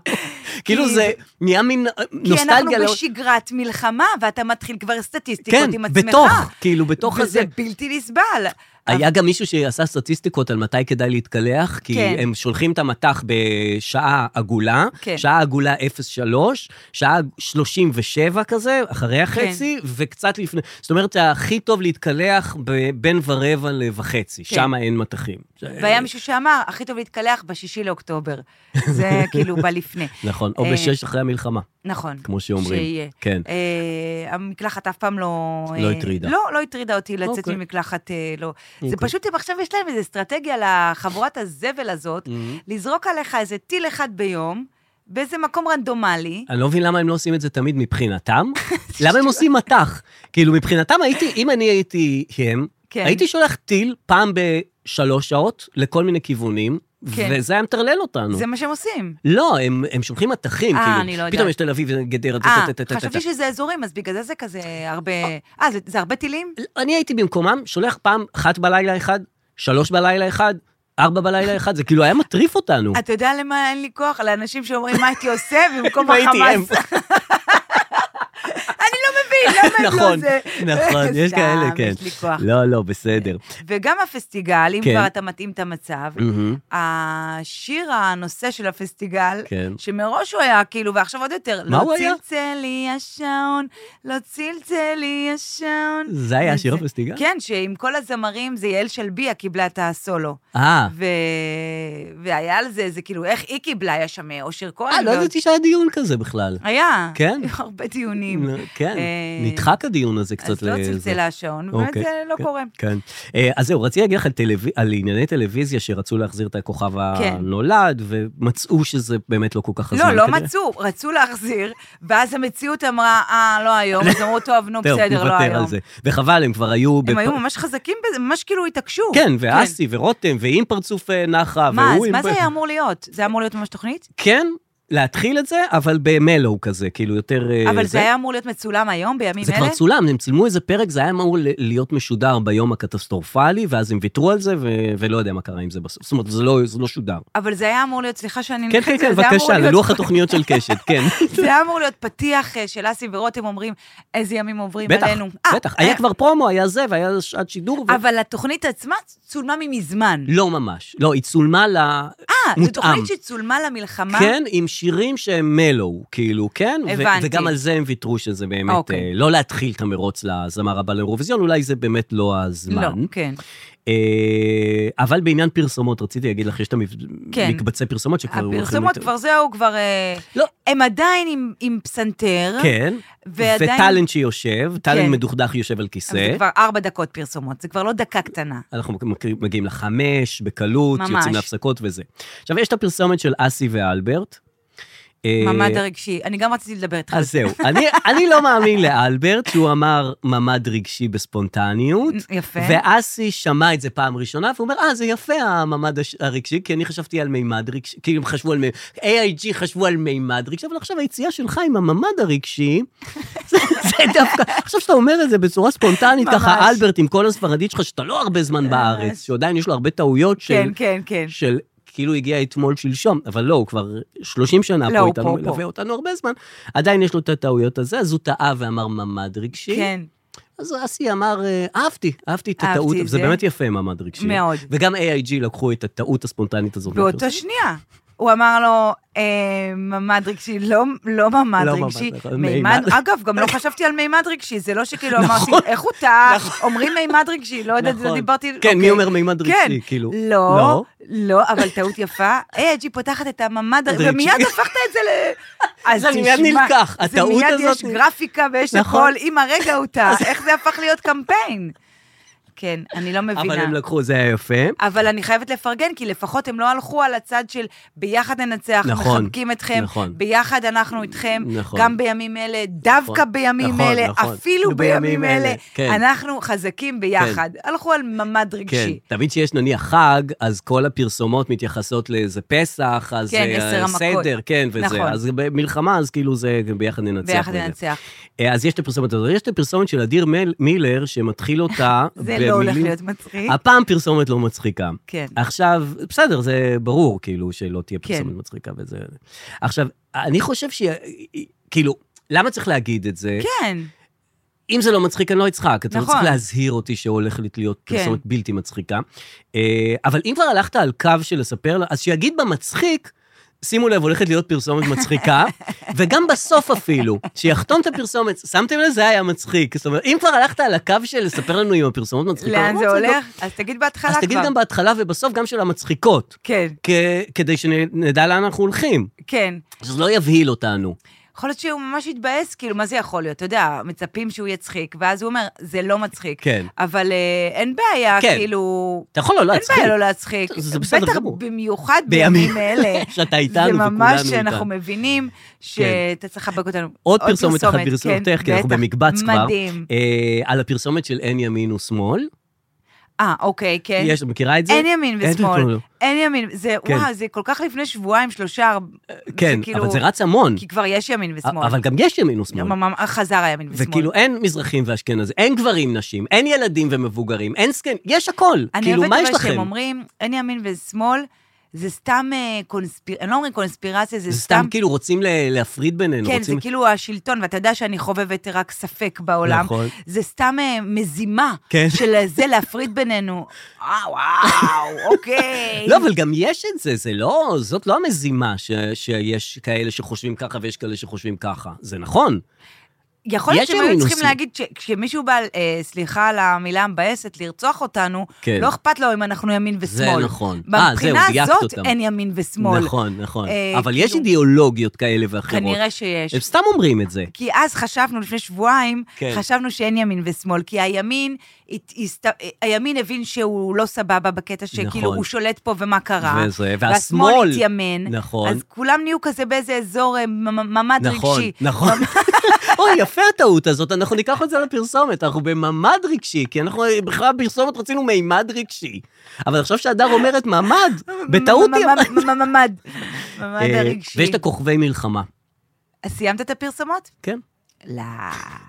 B: כאילו, זה נהיה מין אה,
C: כי
B: נוסטלגיה.
C: אנחנו
B: לא-
C: בשגרת מלחמה, ואתה מתחיל כבר סטטיסטיקות
B: כן,
C: עם עצמך.
B: בתוך, כאילו, בתוך הזה.
C: וזה בלתי נסבל.
B: היה גם מישהו שעשה סטטיסטיקות על מתי כדאי להתקלח, כי
C: כן.
B: הם שולחים את המטח בשעה עגולה,
C: כן.
B: שעה עגולה 03, שעה 37 כזה, אחרי
C: כן.
B: החצי, וקצת לפני. זאת אומרת, הכי טוב להתקלח ב- בין ורבע לוחצי,
C: כן.
B: שם אין מטחים. אה,
C: והיה מישהו שאמר, הכי טוב להתקלח בשישי לאוקטובר. זה כאילו בא לפני.
B: נכון, או
C: אה,
B: בשש אחרי המלחמה,
C: נכון.
B: כמו שאומרים.
C: שיהיה.
B: כן.
C: אה, המקלחת אף פעם לא...
B: לא
C: אה,
B: הטרידה.
C: לא, לא הטרידה אותי לצאת
B: אוקיי.
C: ממקלחת, אה, לא. זה
B: אוקיי.
C: פשוט, הם עכשיו יש להם איזו אסטרטגיה לחבורת הזבל הזאת,
B: Mm-hmm.
C: לזרוק עליך איזה טיל אחד ביום, באיזה מקום רנדומלי.
B: אני לא מבין למה הם לא עושים את זה תמיד מבחינתם. למה הם עושים מטח? כאילו, מבחינתם הייתי, אם אני הייתי הם,
C: כן.
B: הייתי שולח טיל פעם בשלוש שעות לכל מיני כיוונים,
C: כן.
B: וזה היה מטרלל אותנו.
C: זה מה שהם עושים.
B: לא, הם, הם שולחים מטחים,
C: אה,
B: כאילו.
C: אני לא
B: פתאום
C: יודעת.
B: יש תל אביב, גדרה,
C: אה,
B: טה-טה-טה-טה-טה.
C: חשבתי שזה אזורים, אז בגלל זה זה כזה הרבה... אה, זה- זה הרבה טילים?
B: אני הייתי במקומם, שולח פעם אחת בלילה אחד, שלוש בלילה אחד, ארבע בלילה אחד, זה כאילו היה מטריף אותנו.
C: אתה יודע למה אין לי כוח? לאנשים שאומרים מה הייתי עושה במקום
B: אם הייתי
C: החמאס. אני לא מבין, למה הם לא
B: נכון,
C: זה?
B: נכון, יש
C: סתם,
B: כאלה, כן.
C: יש לי כוח. כן.
B: לא, לא, בסדר.
C: וגם הפסטיגל, אם
B: כן.
C: כבר אתה מתאים את המצב,
B: מהמם.
C: השיר הנושא של הפסטיגל,
B: כן.
C: שמראש הוא היה כאילו, ועכשיו עוד יותר,
B: מה הוא היה?
C: לא צלצל לי השעון, לא צלצל לי השעון.
B: זה היה
C: וזה-
B: שיר הפסטיגל?
C: כן, שעם כל הזמרים זה יעל שלביה קיבלה את הסולו.
B: אה,
C: ו... והיה על זה, זה כאילו, איך היא קיבלה, היה שם אושר כהן.
B: אה, לא
C: ועוד-
B: ידעתי שהיה דיון כזה בכלל.
C: היה.
B: כן?
C: היו הרבה דיונים.
B: נו, כן,
C: אה,
B: נדחק הדיון הזה קצת.
C: אז לא
B: לזה.
C: צלצל השעון, ובאמת
B: אוקיי,
C: זה לא
B: כן,
C: קורה.
B: כן. אה, אז זהו, רציתי להגיד לך על, טלו... על ענייני טלוויזיה שרצו להחזיר את הכוכב
C: כן.
B: הנולד, ומצאו שזה באמת לא כל כך הזמן.
C: לא, לא
B: כנראה.
C: מצאו, רצו להחזיר, ואז המציאות אמרה, אה, לא היום, אז אמרו, טוב, נו,
B: טוב,
C: בסדר, לא
B: נוותר על
C: היום.
B: זה. וחבל, הם כבר היו...
C: הם היו ממש חזקים בזה, ממש כאילו התעקשו.
B: כן, ואסי ורותם, ועם פרצוף אה, נחה,
C: מה,
B: והוא
C: אז
B: עם...
C: מה זה היה אמור להיות? זה היה אמור להיות ממש תוכנית?
B: כן, להתחיל את זה, אבל במלואו כזה, כאילו יותר... אה,
C: אבל זה היה אמור להיות מצולם היום, בימים
B: זה
C: אלה?
B: כבר צולם, הם צילמו איזה פרק, זה היה אמור ל- להיות משודר ביום הקטסטרופלי, ואז הם ויתרו על זה, ו- ולא יודע מה קרה עם זה בסוף. זאת אומרת, זה לא, זה לא שודר.
C: אבל זה היה אמור להיות, סליחה שאני...
B: כן, כן,
C: נלחצת,
B: כן,
C: זה היה אמור
B: בבקשה,
C: להיות-
B: ללוח התוכניות של קשת, כן.
C: זה היה אמור להיות פתיח אה, של אסי ורותם אומרים, איזה ימים עוברים
B: בטח,
C: עלינו. אה,
B: בטח. היה כבר פרומו, היה זה, והיה שעת שידור, ו-
C: אבל התוכנית עצמה צולמה ממזמן.
B: לא ממש. לא, היא צולמה ל...
C: אה,
B: מותאם.
C: זו תוכנית שצולמה למלחמה?
B: כן, עם שירים שהם מלואו, כאילו, כן? ו-
C: הבנתי.
B: וגם על זה הם ויתרו שזה באמת,
C: אוקיי.
B: אה, לא להתחיל את המרוץ לזמר הבא לאירוויזיון, אולי זה באמת לא הזמן.
C: לא, כן.
B: אה, אבל בעניין פרסומות, רציתי להגיד לך, יש את
C: כן.
B: המקבצי פרסומות שכבר... הולכים
C: הפרסומות
B: יותר-
C: כבר זהו, כבר... אה,
B: לא.
C: הם עדיין עם- עם פסנתר.
B: כן,
C: אה? ועדיין-
B: וטאלנט שיושב, טאלנט
C: כן.
B: מדוכדך יושב על כיסא.
C: אבל זה כבר ארבע דקות פרסומות, זה כבר לא דקה קטנה.
B: אנחנו מקרים- מגיעים לחמש, בקלות,
C: ממש.
B: יוצאים להפסקות וזה. עכשיו, יש את הפרסומת של אסי ואלברט. אה,
C: מעמד הרגשי. אני גם רציתי לדבר איתך.
B: אז זהו, אני, אני לא מאמין לאלברט שהוא אמר ממ"ד רגשי בספונטניות.
C: יפה.
B: ואסי שמע את זה פעם ראשונה, והוא אומר, אה, זה יפה הממד הש- הרגשי, כי אני חשבתי על מימד רגשי, כי הם חשבו על מימד, AIG חשבו על מימד רגשי, אבל עכשיו היציאה שלך עם הממד הרגשי, זה, זה דווקא, עכשיו שאתה אומר את זה בצורה ספונטנית,
C: ממש. אה,
B: ככה, אלברט עם כל הספרדית שלך, שאתה לא הרבה זמן בארץ, שעדיין יש לו הרבה טעויות של,
C: כן, כן, כן.
B: של כאילו הגיע אתמול שלשום, אבל לא, הוא כבר 30 שנה
C: לא,
B: פה
C: הוא
B: איתנו,
C: פה,
B: מלווה
C: פה.
B: אותנו הרבה זמן, עדיין יש לו את הטעויות הזה, אז הוא טעה ואמר ממד רגשי.
C: כן,
B: אז אסי אמר, אה, אהבתי, אהבתי את
C: אהבתי
B: הטעות,
C: את
B: זה
C: זה.
B: באמת יפה מעמד רגשי.
C: מאוד.
B: וגם AIG לקחו את הטעות הספונטנית הזאת. מהפרסום.
C: באותה שנייה. הוא אמר לו, אה, ממד רגשי, לא, לא ממד
B: לא ממד,
C: רגשי,
B: נכון,
C: מימד,
B: מימד.
C: אגב, גם לא חשבתי על מימד רגשי, זה לא שכאילו אמרתי,
B: נכון,
C: איך הוא טעה, אומרים מימד רגשי, לא יודעת, לא
B: נכון.
C: דיברתי,
B: כן, מי
C: אוקיי.
B: אומר מימד רגשי,
C: כן.
B: כאילו?
C: לא, לא, אבל טעות יפה, היי, ג'י פותחת את הממד,
B: רגשי.
C: ומיד הפכת את זה ל... אז
B: זה מיד
C: תשמע,
B: נלקח,
C: זה
B: הטעות
C: מיד
B: הזאת
C: יש
B: נ-
C: גרפיקה ויש
B: נכון.
C: הכל, אם הרגע הוא טעה, איך זה הפך להיות קמפיין? כן, אני לא מבינה.
B: אבל הם לקחו, זה היה יפה.
C: אבל אני חייבת לפרגן, כי לפחות הם לא הלכו על הצד של ביחד ננצח,
B: נכון,
C: מחבקים אתכם,
B: נכון.
C: ביחד אנחנו איתכם,
B: נכון.
C: גם בימים אלה, דווקא
B: נכון,
C: בימים
B: נכון,
C: אלה,
B: נכון.
C: אפילו
B: בימים
C: בימים
B: אלה,
C: אלה,
B: כן.
C: אנחנו חזקים ביחד. הלכו על ממד
B: כן,
C: רגשי.
B: תמיד שיש נניח חג, אז כל הפרסומות מתייחסות לאיזה פסח, אז
C: כן,
B: אה,
C: עשר המכות.
B: סדר, כן, וזה.
C: נכון.
B: אז במלחמה, אז כאילו זה ביחד ננצח.
C: ביחד
B: וזה.
C: ננצח.
B: אה, אז יש את הפרסומת הזאת. יש את הפרסומת של אדיר מל- מילר, שמתחיל אותה
C: זה לא הולך
B: במילים-
C: להיות מצחיק.
B: הפעם פרסומת לא מצחיקה.
C: כן.
B: עכשיו, בסדר, זה ברור, כאילו, שלא תהיה
C: כן.
B: פרסומת מצחיקה וזה... עכשיו, אני חושב ש... אה, כאילו, למה צריך להגיד את זה?
C: כן,
B: אם זה לא מצחיק, אני לא אצחק. אתה לא
C: נכון.
B: צריך להזהיר אותי שהולכת להיות
C: כן.
B: פרסומת בלתי מצחיקה. אה, אבל אם כבר הלכת על קו של לספר לה, אז שיגיד במצחיק, שימו לב, הולכת להיות פרסומת מצחיקה, וגם בסוף אפילו, שיחתום את הפרסומת, שמתם לב, זה היה מצחיק. זאת אומרת, אם כבר הלכת על הקו של לספר לנו אם הפרסומות מצחיקות,
C: לאן
B: לא
C: זה
B: מצחיקות,
C: הולך? אז תגיד בהתחלה
B: אז תגיד
C: כבר.
B: גם בהתחלה ובסוף גם של המצחיקות,
C: כן,
B: כ- כדי שנדע לאן אנחנו הולכים,
C: כן.
B: שזה לא יבהיל אותנו.
C: יכול להיות שהוא ממש יתבאס, כאילו, מה זה יכול להיות? אתה יודע, מצפים שהוא יצחיק, ואז הוא אומר, זה לא מצחיק.
B: כן.
C: אבל אה, אין בעיה,
B: כן.
C: כאילו...
B: אתה יכול לא להצחיק.
C: אין בעיה לא להצחיק.
B: זה- זה בסדר
C: בטח
B: גמור.
C: במיוחד
B: בימים
C: בימים אלה.
B: שאתה איתנו
C: זה ממש
B: וכולנו
C: שאנחנו
B: איתנו. כן.
C: מבינים שאתה צריך לחבק אותנו.
B: עוד פרסומת אחת
C: כן,
B: ברסומתך, כי אנחנו
C: בטח.
B: במקבץ כבר.
C: מדהים.
B: אה, על הפרסומת של אין ימין ושמאל.
C: אה, אוקיי, כן.
B: יש, מכירה את זה?
C: אין ימין
B: אין
C: ושמאל.
B: ימין.
C: אין ימין, זה,
B: כן.
C: וואו, זה כל כך לפני שבועיים, שלושה, ארבע...
B: כן,
C: כאילו-
B: אבל זה רץ המון.
C: כי כבר יש ימין ושמאל.
B: אבל גם יש ימין ושמאל.
C: ממ- חזר הימין ושמאל.
B: וכאילו אין מזרחים ואשכנזים, אין גברים, נשים, אין ילדים ומבוגרים, אין זקנים, יש הכל.
C: אני
B: כאילו,
C: אוהבת
B: מה יש
C: אבל
B: לכם?
C: שהם אומרים, אין ימין ושמאל, זה סתם קונספירציה, אני לא אומרים קונספירציה, זה
B: זה סתם
C: סתם...
B: כאילו רוצים ל- להפריד בינינו.
C: כן, זה
B: רוצים-
C: כאילו השלטון, ואתה יודע שאני חובבת רק ספק בעולם.
B: נכון.
C: זה סתם אה, מזימה
B: כן.
C: של אה, זה להפריד בינינו. אה, וואו, אוקיי.
B: לא, אבל גם יש את זה, זה לא, זאת לא המזימה ש, שיש כאלה שחושבים ככה ויש כאלה שחושבים ככה. זה נכון.
C: יכול להיות
B: יש
C: שהם
B: ימין
C: היו צריכים
B: ושמאל.
C: להגיד שכשמישהו בא, אה, סליחה על המילה המבאסת, לרצוח אותנו,
B: כן.
C: לא אכפת לו אם אנחנו ימין
B: זה
C: ושמאל.
B: נכון. אה, זהו,
C: מבחינה
B: דייקת
C: הזאת
B: אותם.
C: אין ימין ושמאל.
B: נכון, נכון.
C: אה,
B: אבל יש
C: כאילו-
B: אידיאולוגיות כאלה ואחרות.
C: כנראה שיש.
B: הם סתם אומרים את זה.
C: כי אז חשבנו, לפני שבועיים,
B: כן.
C: כן. חשבנו שאין ימין ושמאל, כי הימין, הת- הסת... הימין הבין שהוא לא סבבה בקטע שכאילו
B: נכון.
C: הוא שולט פה ומה קרה.
B: וזה, והשמאל-
C: והשמאל התיימן.
B: נכון.
C: אז כולם נהיו כזה באיזה אזור אה, מ- מ- ממ"ד
B: נכון,
C: רגשי.
B: נכון. אוי, יפה הטעות הזאת, אנחנו ניקח את זה לפרסומת, אנחנו בממד רגשי, כי אנחנו בכלל בפרסומת רצינו מימד רגשי. אבל עכשיו שהדר אומרת ממד, בטעות
C: מ-
B: היא...
C: מ- מ- מ- ממ"ד. ממ"ד
B: אה,
C: הרגשי.
B: ויש את הכוכבי מלחמה,
C: אז סיימת את הפרסומות?
B: כן?
C: לא.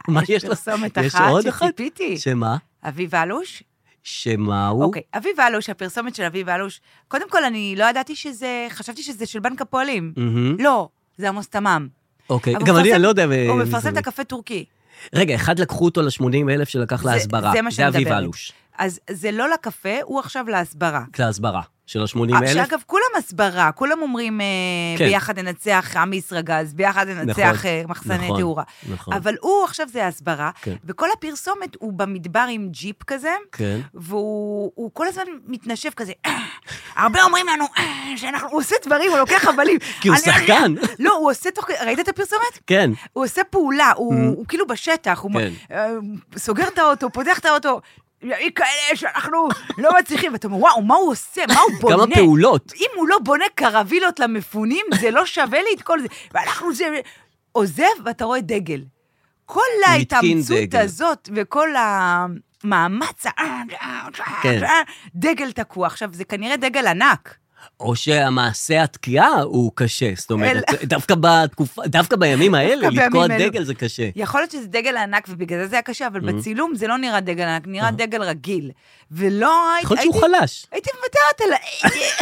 B: מה יש
C: יש
B: לך?
C: פרסומת
B: יש
C: אחת
B: עוד אחת?
C: שציפיתי.
B: שמה?
C: אביב אלוש?
B: שמה הוא?
C: אוקיי, אביב אלוש, הפרסומת של אביב אלוש, קודם כל, אני לא ידעתי שזה, חשבתי שזה של בנק הפועלים.
B: מהמם.
C: לא, זה עמוס תמם.
B: אוקיי,
C: אבל
B: גם
C: הוא
B: אני,
C: מפרסם-
B: אני לא יודע...
C: הוא
B: מי
C: מפרסם
B: זה.
C: את הקפה טורקי.
B: רגע, אחד לקחו אותו ל-80 אלף שלקח
C: זה-
B: להסברה.
C: זה מה שאני
B: זה אביב
C: מדברת.
B: אלוש,
C: אז זה לא לקפה, הוא עכשיו להסברה.
B: להסברה. של ה-80
C: אה,
B: אלף.
C: שאגב, כולם הסברה, כולם אומרים אה,
B: כן.
C: ביחד ננצח עם ישראגז, ביחד ננצח אה, מחסני
B: נכון,
C: תאורה.
B: נכון.
C: אבל הוא, עכשיו זה ההסברה,
B: כן.
C: וכל הפרסומת הוא במדבר עם ג'יפ כזה,
B: כן.
C: והוא הוא כל הזמן מתנשף כזה, "אה, הרבה אומרים לנו "אה, שאנחנו, הוא עושה דברים, הוא לוקח חבלים.
B: כי הוא
C: אני-
B: שחקן.
C: לא, הוא עושה תוך כדי, ראית את הפרסומת?
B: כן.
C: הוא עושה פעולה, הוא, הוא כאילו בשטח, הוא
B: Mm-hmm. כן.
C: אה, סוגר את האוטו, פותח את האוטו. היא כאלה שאנחנו לא מצליחים, ואתה אומר, וואו, מה הוא עושה? מה הוא בונה?
B: כמה פעולות.
C: אם הוא לא בונה קרווילות למפונים, זה לא שווה לי את כל זה. ואנחנו זה... עוזב, ואתה רואה דגל. כל
B: מתקין
C: ההתאמצות
B: דגל.
C: הזאת וכל המאמץ, ה- אה, אה,
B: כן.
C: אה, דגל תקוע. עכשיו, זה כנראה דגל ענק.
B: או שהמעשה התקיעה הוא קשה, זאת אומרת,
C: אל-
B: דווקא בתקופה, דווקא בימים האלה,
C: דווקא
B: לתקוע
C: בימים אלו.
B: דגל זה קשה.
C: יכול להיות שזה דגל ענק, ובגלל זה זה היה קשה, אבל
B: Mm-hmm.
C: בצילום זה לא נראה דגל ענק, נראה דגל רגיל. ולא הייתי...
B: יכול להיות שהוא
C: הייתי-
B: חלש,
C: הייתי מוותרת על ה...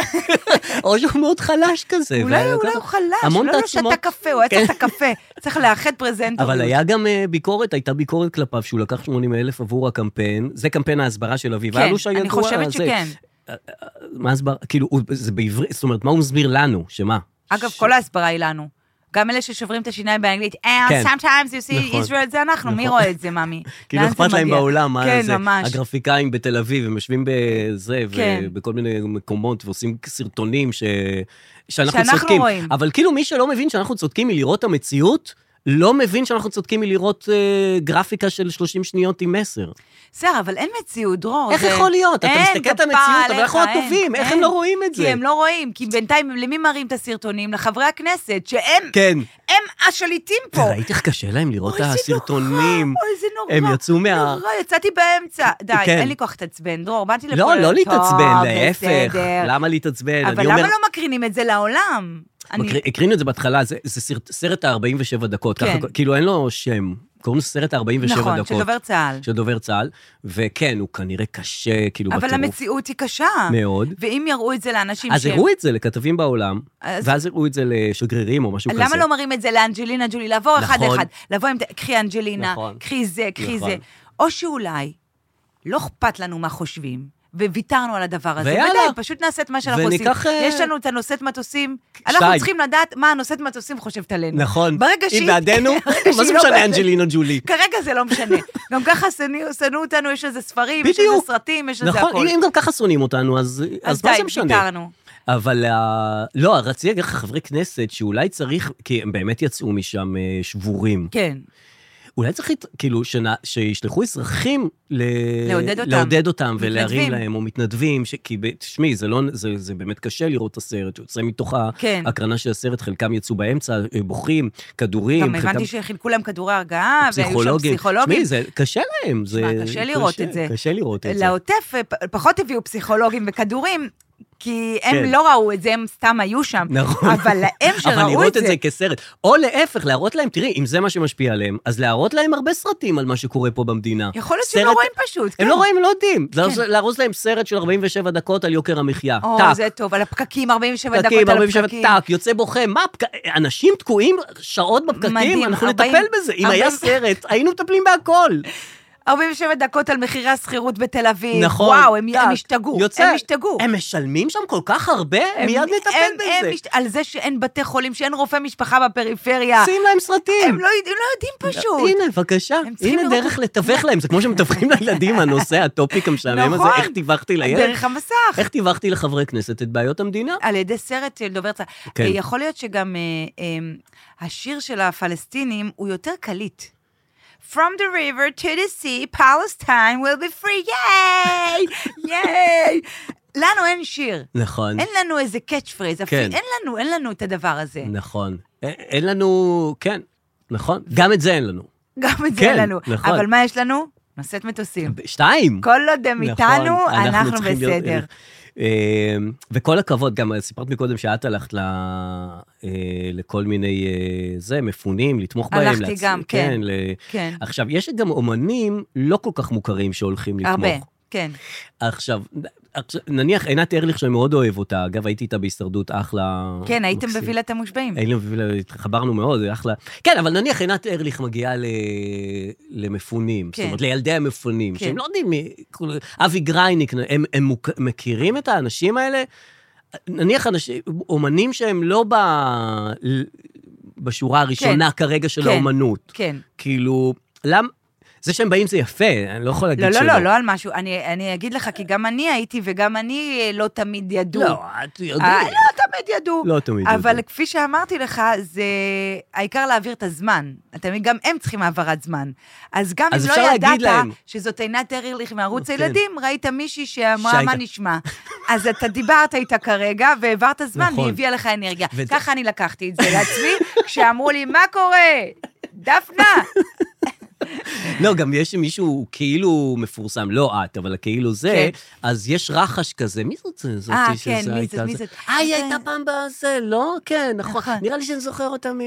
B: או שהוא מאוד חלש כזה.
C: אולי
B: והיה
C: אולי
B: ככה.
C: הוא לא חלש,
B: המון
C: אולי הוא
B: תעצומות.
C: שתה קפה, הוא היה צריך
B: כן.
C: את הקפה. צריך לאחד פרזנטורים.
B: אבל היה גם אה, ביקורת, הייתה ביקורת כלפיו שהוא לקח 80 אלף עבור הקמפיין, זה קמפיין ההסברה של אביב
C: כן,
B: אלוש הידוע.
C: אני חושבת
B: זה- אה,
C: שכן.
B: מה הסברה? כאילו, הוא- זה בעברית, זאת אומרת, מה הוא מסביר לנו? שמה?
C: אגב, כל ההסברה היא לנו. גם אלה ששוברים את השיניים באנגלית, "And
B: כן.
C: sometimes you see
B: נכון.
C: Israel, זה אנחנו, מי
B: נכון.
C: רואה את זה, מאמי?
B: כאילו
C: לאן זה
B: אכפת להם
C: מגיע?
B: בעולם, מה זה,
C: כן, ממש.
B: הגרפיקאים בתל אביב, הם יושבים בזה,
C: כן.
B: ובכל מיני מקומות, ועושים סרטונים ש... שאנחנו
C: שאנחנו
B: צודקים.
C: רואים.
B: אבל כאילו מי שלא מבין שאנחנו צודקים מלראות את המציאות, לא מבין שאנחנו צודקים מלראות אה, גרפיקה של 30 שניות עם מסר.
C: בסדר, אבל אין מציאות, דרור.
B: איך
C: זה-
B: יכול להיות? אתה
C: אין,
B: מסתכל על
C: כפרה
B: המציאות, אבל
C: עליך,
B: אנחנו
C: אין,
B: הטובים, איך הם
C: אין.
B: לא רואים את
C: כי
B: זה?
C: הם לא רואים, כי בינתיים, למי מראים את הסרטונים? לחברי הכנסת, שהם,
B: כן.
C: הם השליטים פה.
B: וראית איך קשה להם לראות את
C: אוי, זה
B: הסרטונים?
C: נורא, אוי, זה נורא.
B: הם יצאו מה...
C: נורא, יצאתי באמצע. די,
B: כן.
C: אין לי כוח להתעצבן, דרור, באתי לפה.
B: לא, לא
C: טוב,
B: להתעצבן, להפך.
C: בסדר.
B: למה להתעצבן?
C: אבל
B: אני
C: למה
B: אומר-
C: לא מקרינים את זה לעולם? אני-
B: מקריא- הקרינו את זה בהתחלה, זה, זה סרט, סרט ה-47 דקות,
C: כן.
B: ככה, כאילו אין לו שם, קוראים לו סרט ה-47
C: נכון,
B: דקות.
C: של דובר צה"ל.
B: של דובר צה"ל, וכן, הוא כנראה קשה, כאילו,
C: אבל
B: בטירוף.
C: המציאות היא קשה.
B: מאוד.
C: ואם יראו את זה לאנשים
B: אז הראו את זה לכתבים בעולם,
C: אז-
B: ואז הראו את זה לשגרירים או משהו כזה.
C: למה לא מראים את זה לאנג'לינה ג'ולי? לעבור
B: נכון.
C: אחד-אחד. לבוא עם... קחי אנג'לינה,
B: נכון.
C: קחי זה, קחי
B: נכון.
C: זה. או שאולי לא אכפת לנו מה חושבים, וויתרנו על הדבר הזה.
B: ויאללה.
C: ודי, פשוט נעשה את מה שאנחנו עושים.
B: וניקח, אה,
C: יש לנו את הנושאת מטוסים. אנחנו
B: שתיים.
C: צריכים לדעת מה הנושאת מטוסים חושבת עלינו.
B: נכון.
C: ברגע
B: היא
C: שהיא...
B: בעדנו,
C: ברגע
B: מה זה
C: שהיא לא
B: משנה
C: בעד-
B: אנג'לינה ג'ולי?
C: כרגע זה לא משנה. גם ככה שנאו- שנאו אותנו, יש איזה ספרים, יש איזה
B: בדיוק.
C: סרטים, יש איזה
B: נכון,
C: הכול.
B: אם גם ככה שונאים אותנו, אז אז מה זה משנה?
C: אז די, ויתרנו.
B: אבל ה- לא, רציתי להגיד לך, חברי כנסת, שאולי צריך, כי הם באמת יצאו משם אה, שבורים.
C: כן.
B: אולי צריך, להת- כאילו, שנ... שישלחו אזרחים ל...
C: לעודד אותם.
B: לעודד אותם
C: מתנדבים.
B: ולהרים להם, או מתנדבים, ש... כי ב- תשמעי, זה, לא... זה, זה באמת קשה לראות את הסרט, שיוצא מתוך
C: כן.
B: ההקרנה של הסרט, חלקם יצאו באמצע, אה, בוכים, כדורים,
C: גם הבנתי שחילקו להם כדורי הרגעה, והיו שם פסיכולוגים.
B: תשמעי, זה קשה להם. זה...
C: שמע, קשה לראות את זה.
B: קשה לראות את זה.
C: לעוטף אה, פ- פחות הביאו פסיכולוגים וכדורים, כי הם
B: כן.
C: לא ראו את זה, הם סתם היו שם.
B: נכון.
C: אבל להם
B: אבל
C: שראו
B: לראות את זה כסרט. או להפך, להראות להם, תראי, אם זה מה שמשפיע עליהם, אז להראות להם הרבה סרטים על מה שקורה פה במדינה.
C: יכול להיות שהם לא
B: סרט-
C: רואים פשוט.
B: הם
C: כן.
B: לא רואים, הם לא יודעים. להרוס- להרוס להם סרט של 47 דקות על יוקר המחיה.
C: או,
B: טאק.
C: זה טוב, על הפקקים, 47
B: פקקים,
C: דקות על
B: 47,
C: הפקקים.
B: טאק, יוצא בוכה, מה, הפק- אנשים תקועים שעות בפקקים,
C: מדהים,
B: אנחנו
C: 40,
B: נטפל בזה. אם
C: 40.
B: היה סרט, היינו מטפלים בהכל.
C: 47 דקות על מחירי השכירות בתל אביב.
B: נכון.
C: אה, וואו, הם
B: טאק,
C: הם השתגעו.
B: יוצא.
C: הם השתגעו.
B: הם משלמים שם כל כך הרבה,
C: הם-
B: מיד
C: הם-
B: נטפל
C: הם
B: בזה.
C: מש- על זה שאין בתי חולים, שאין רופא משפחה בפריפריה.
B: שים להם סרטים.
C: הם לא יודעים- לא יודעים פשוט.
B: הנה, בבקשה,
C: הם צריכים
B: הנה
C: לראות-
B: דרך לתווך להם, זה כמו שמתווכים לילדים, הנושא, הטופיק המשעמם הזה,
C: נכון.
B: איך טיווחתי לילד,
C: דרך המסך.
B: איך טיווחתי לחברי כנסת את בעיות המדינה?
C: על ידי סרט של דובר צה"ל.
B: כן.
C: כן. יכול להיות שגם אה, אה, השיר של הפלסטינים הוא יותר קליט. From the river to the sea, Palestine will be free, ייי! ייי! לנו אין שיר.
B: נכון,
C: אין לנו איזה קאץ' פרייז,
B: כן.
C: אין לנו, אין לנו את הדבר הזה.
B: נכון. א- אין לנו, כן, נכון, גם את זה אין לנו.
C: גם את זה
B: כן,
C: אין לנו.
B: נכון.
C: אבל מה יש לנו? נושאת מטוסים.
B: ב- שתיים.
C: כל עוד הם
B: נכון,
C: איתנו, אנחנו
B: צריכים להיות-
C: בסדר.
B: אה, וכל הכבוד, גם סיפרת מקודם שאת הלכת ל- אה, לכל מיני, אה, זה, מפונים, לתמוך בהם.
C: הלכתי
B: להצ-
C: גם, כן.
B: ל-
C: כן.
B: עכשיו, יש גם אומנים לא כל כך מוכרים שהולכים לתמוך.
C: הרבה, כן.
B: עכשיו, עכשיו, נניח עינת ארליך, שאני מאוד אוהב אותה, אגב, הייתי איתה בהישרדות, אחלה...
C: כן, הייתם
B: אה, מקסים.
C: בווילת המושבעים.
B: היינו בווילה, התחברנו מאוד, אחלה. כן, אבל נניח עינת ארליך מגיעה ל... למפונים,
C: כן.
B: זאת אומרת, לילדי המפונים,
C: כן.
B: שהם לא יודעים מי... כול- אבי גרייניק, הם, הם מוכ... מכירים את האנשים האלה? נניח אנשים, אומנים שהם לא ב... בשורה הראשונה כרגע של
C: כן.
B: האומנות.
C: כן.
B: כאילו, למה... זה שהם באים זה יפה, אני לא יכול להגיד
C: לא, לא,
B: שלא.
C: לא, לא על משהו. אני, אני אגיד לך, כי גם אני הייתי וגם אני אה, לא תמיד ידעו.
B: לא, את
C: אה,
B: יודעת.
C: לא תמיד ידעו.
B: לא תמיד
C: אבל
B: יודעים.
C: כפי שאמרתי לך, זה העיקר להעביר את הזמן. אתה מבין? גם הם צריכים העברת זמן. אז גם
B: אז
C: אם
B: אפשר
C: לא
B: להגיד
C: ידעת
B: להם.
C: שזאת עינת ארליך מערוץ
B: כן.
C: הילדים, ראית מישהי שאמרה
B: שהייתה-
C: מה נשמע. אז אתה דיברת איתה כרגע, והעברת זמן,
B: נכון.
C: והיא הביאה לך אנרגיה.
B: ואת-
C: ככה אני לקחתי את זה לעצמי, כשאמרו לי, מה קורה? דפנה!
B: לא, גם יש מישהו כאילו מפורסם, לא את, אבל כאילו זה,
C: כן.
B: אז יש רחש כזה, מי זאת זה? זאת
C: אה,
B: היא שזה
C: כן, מי
B: הייתה
C: זאת, מי
B: זה?"
C: זאת?
B: אה, היא
C: אה,
B: הייתה פעם בזה, לא? כן, נכון.
C: נכון.
B: נראה לי שאני זוכר אותה מ...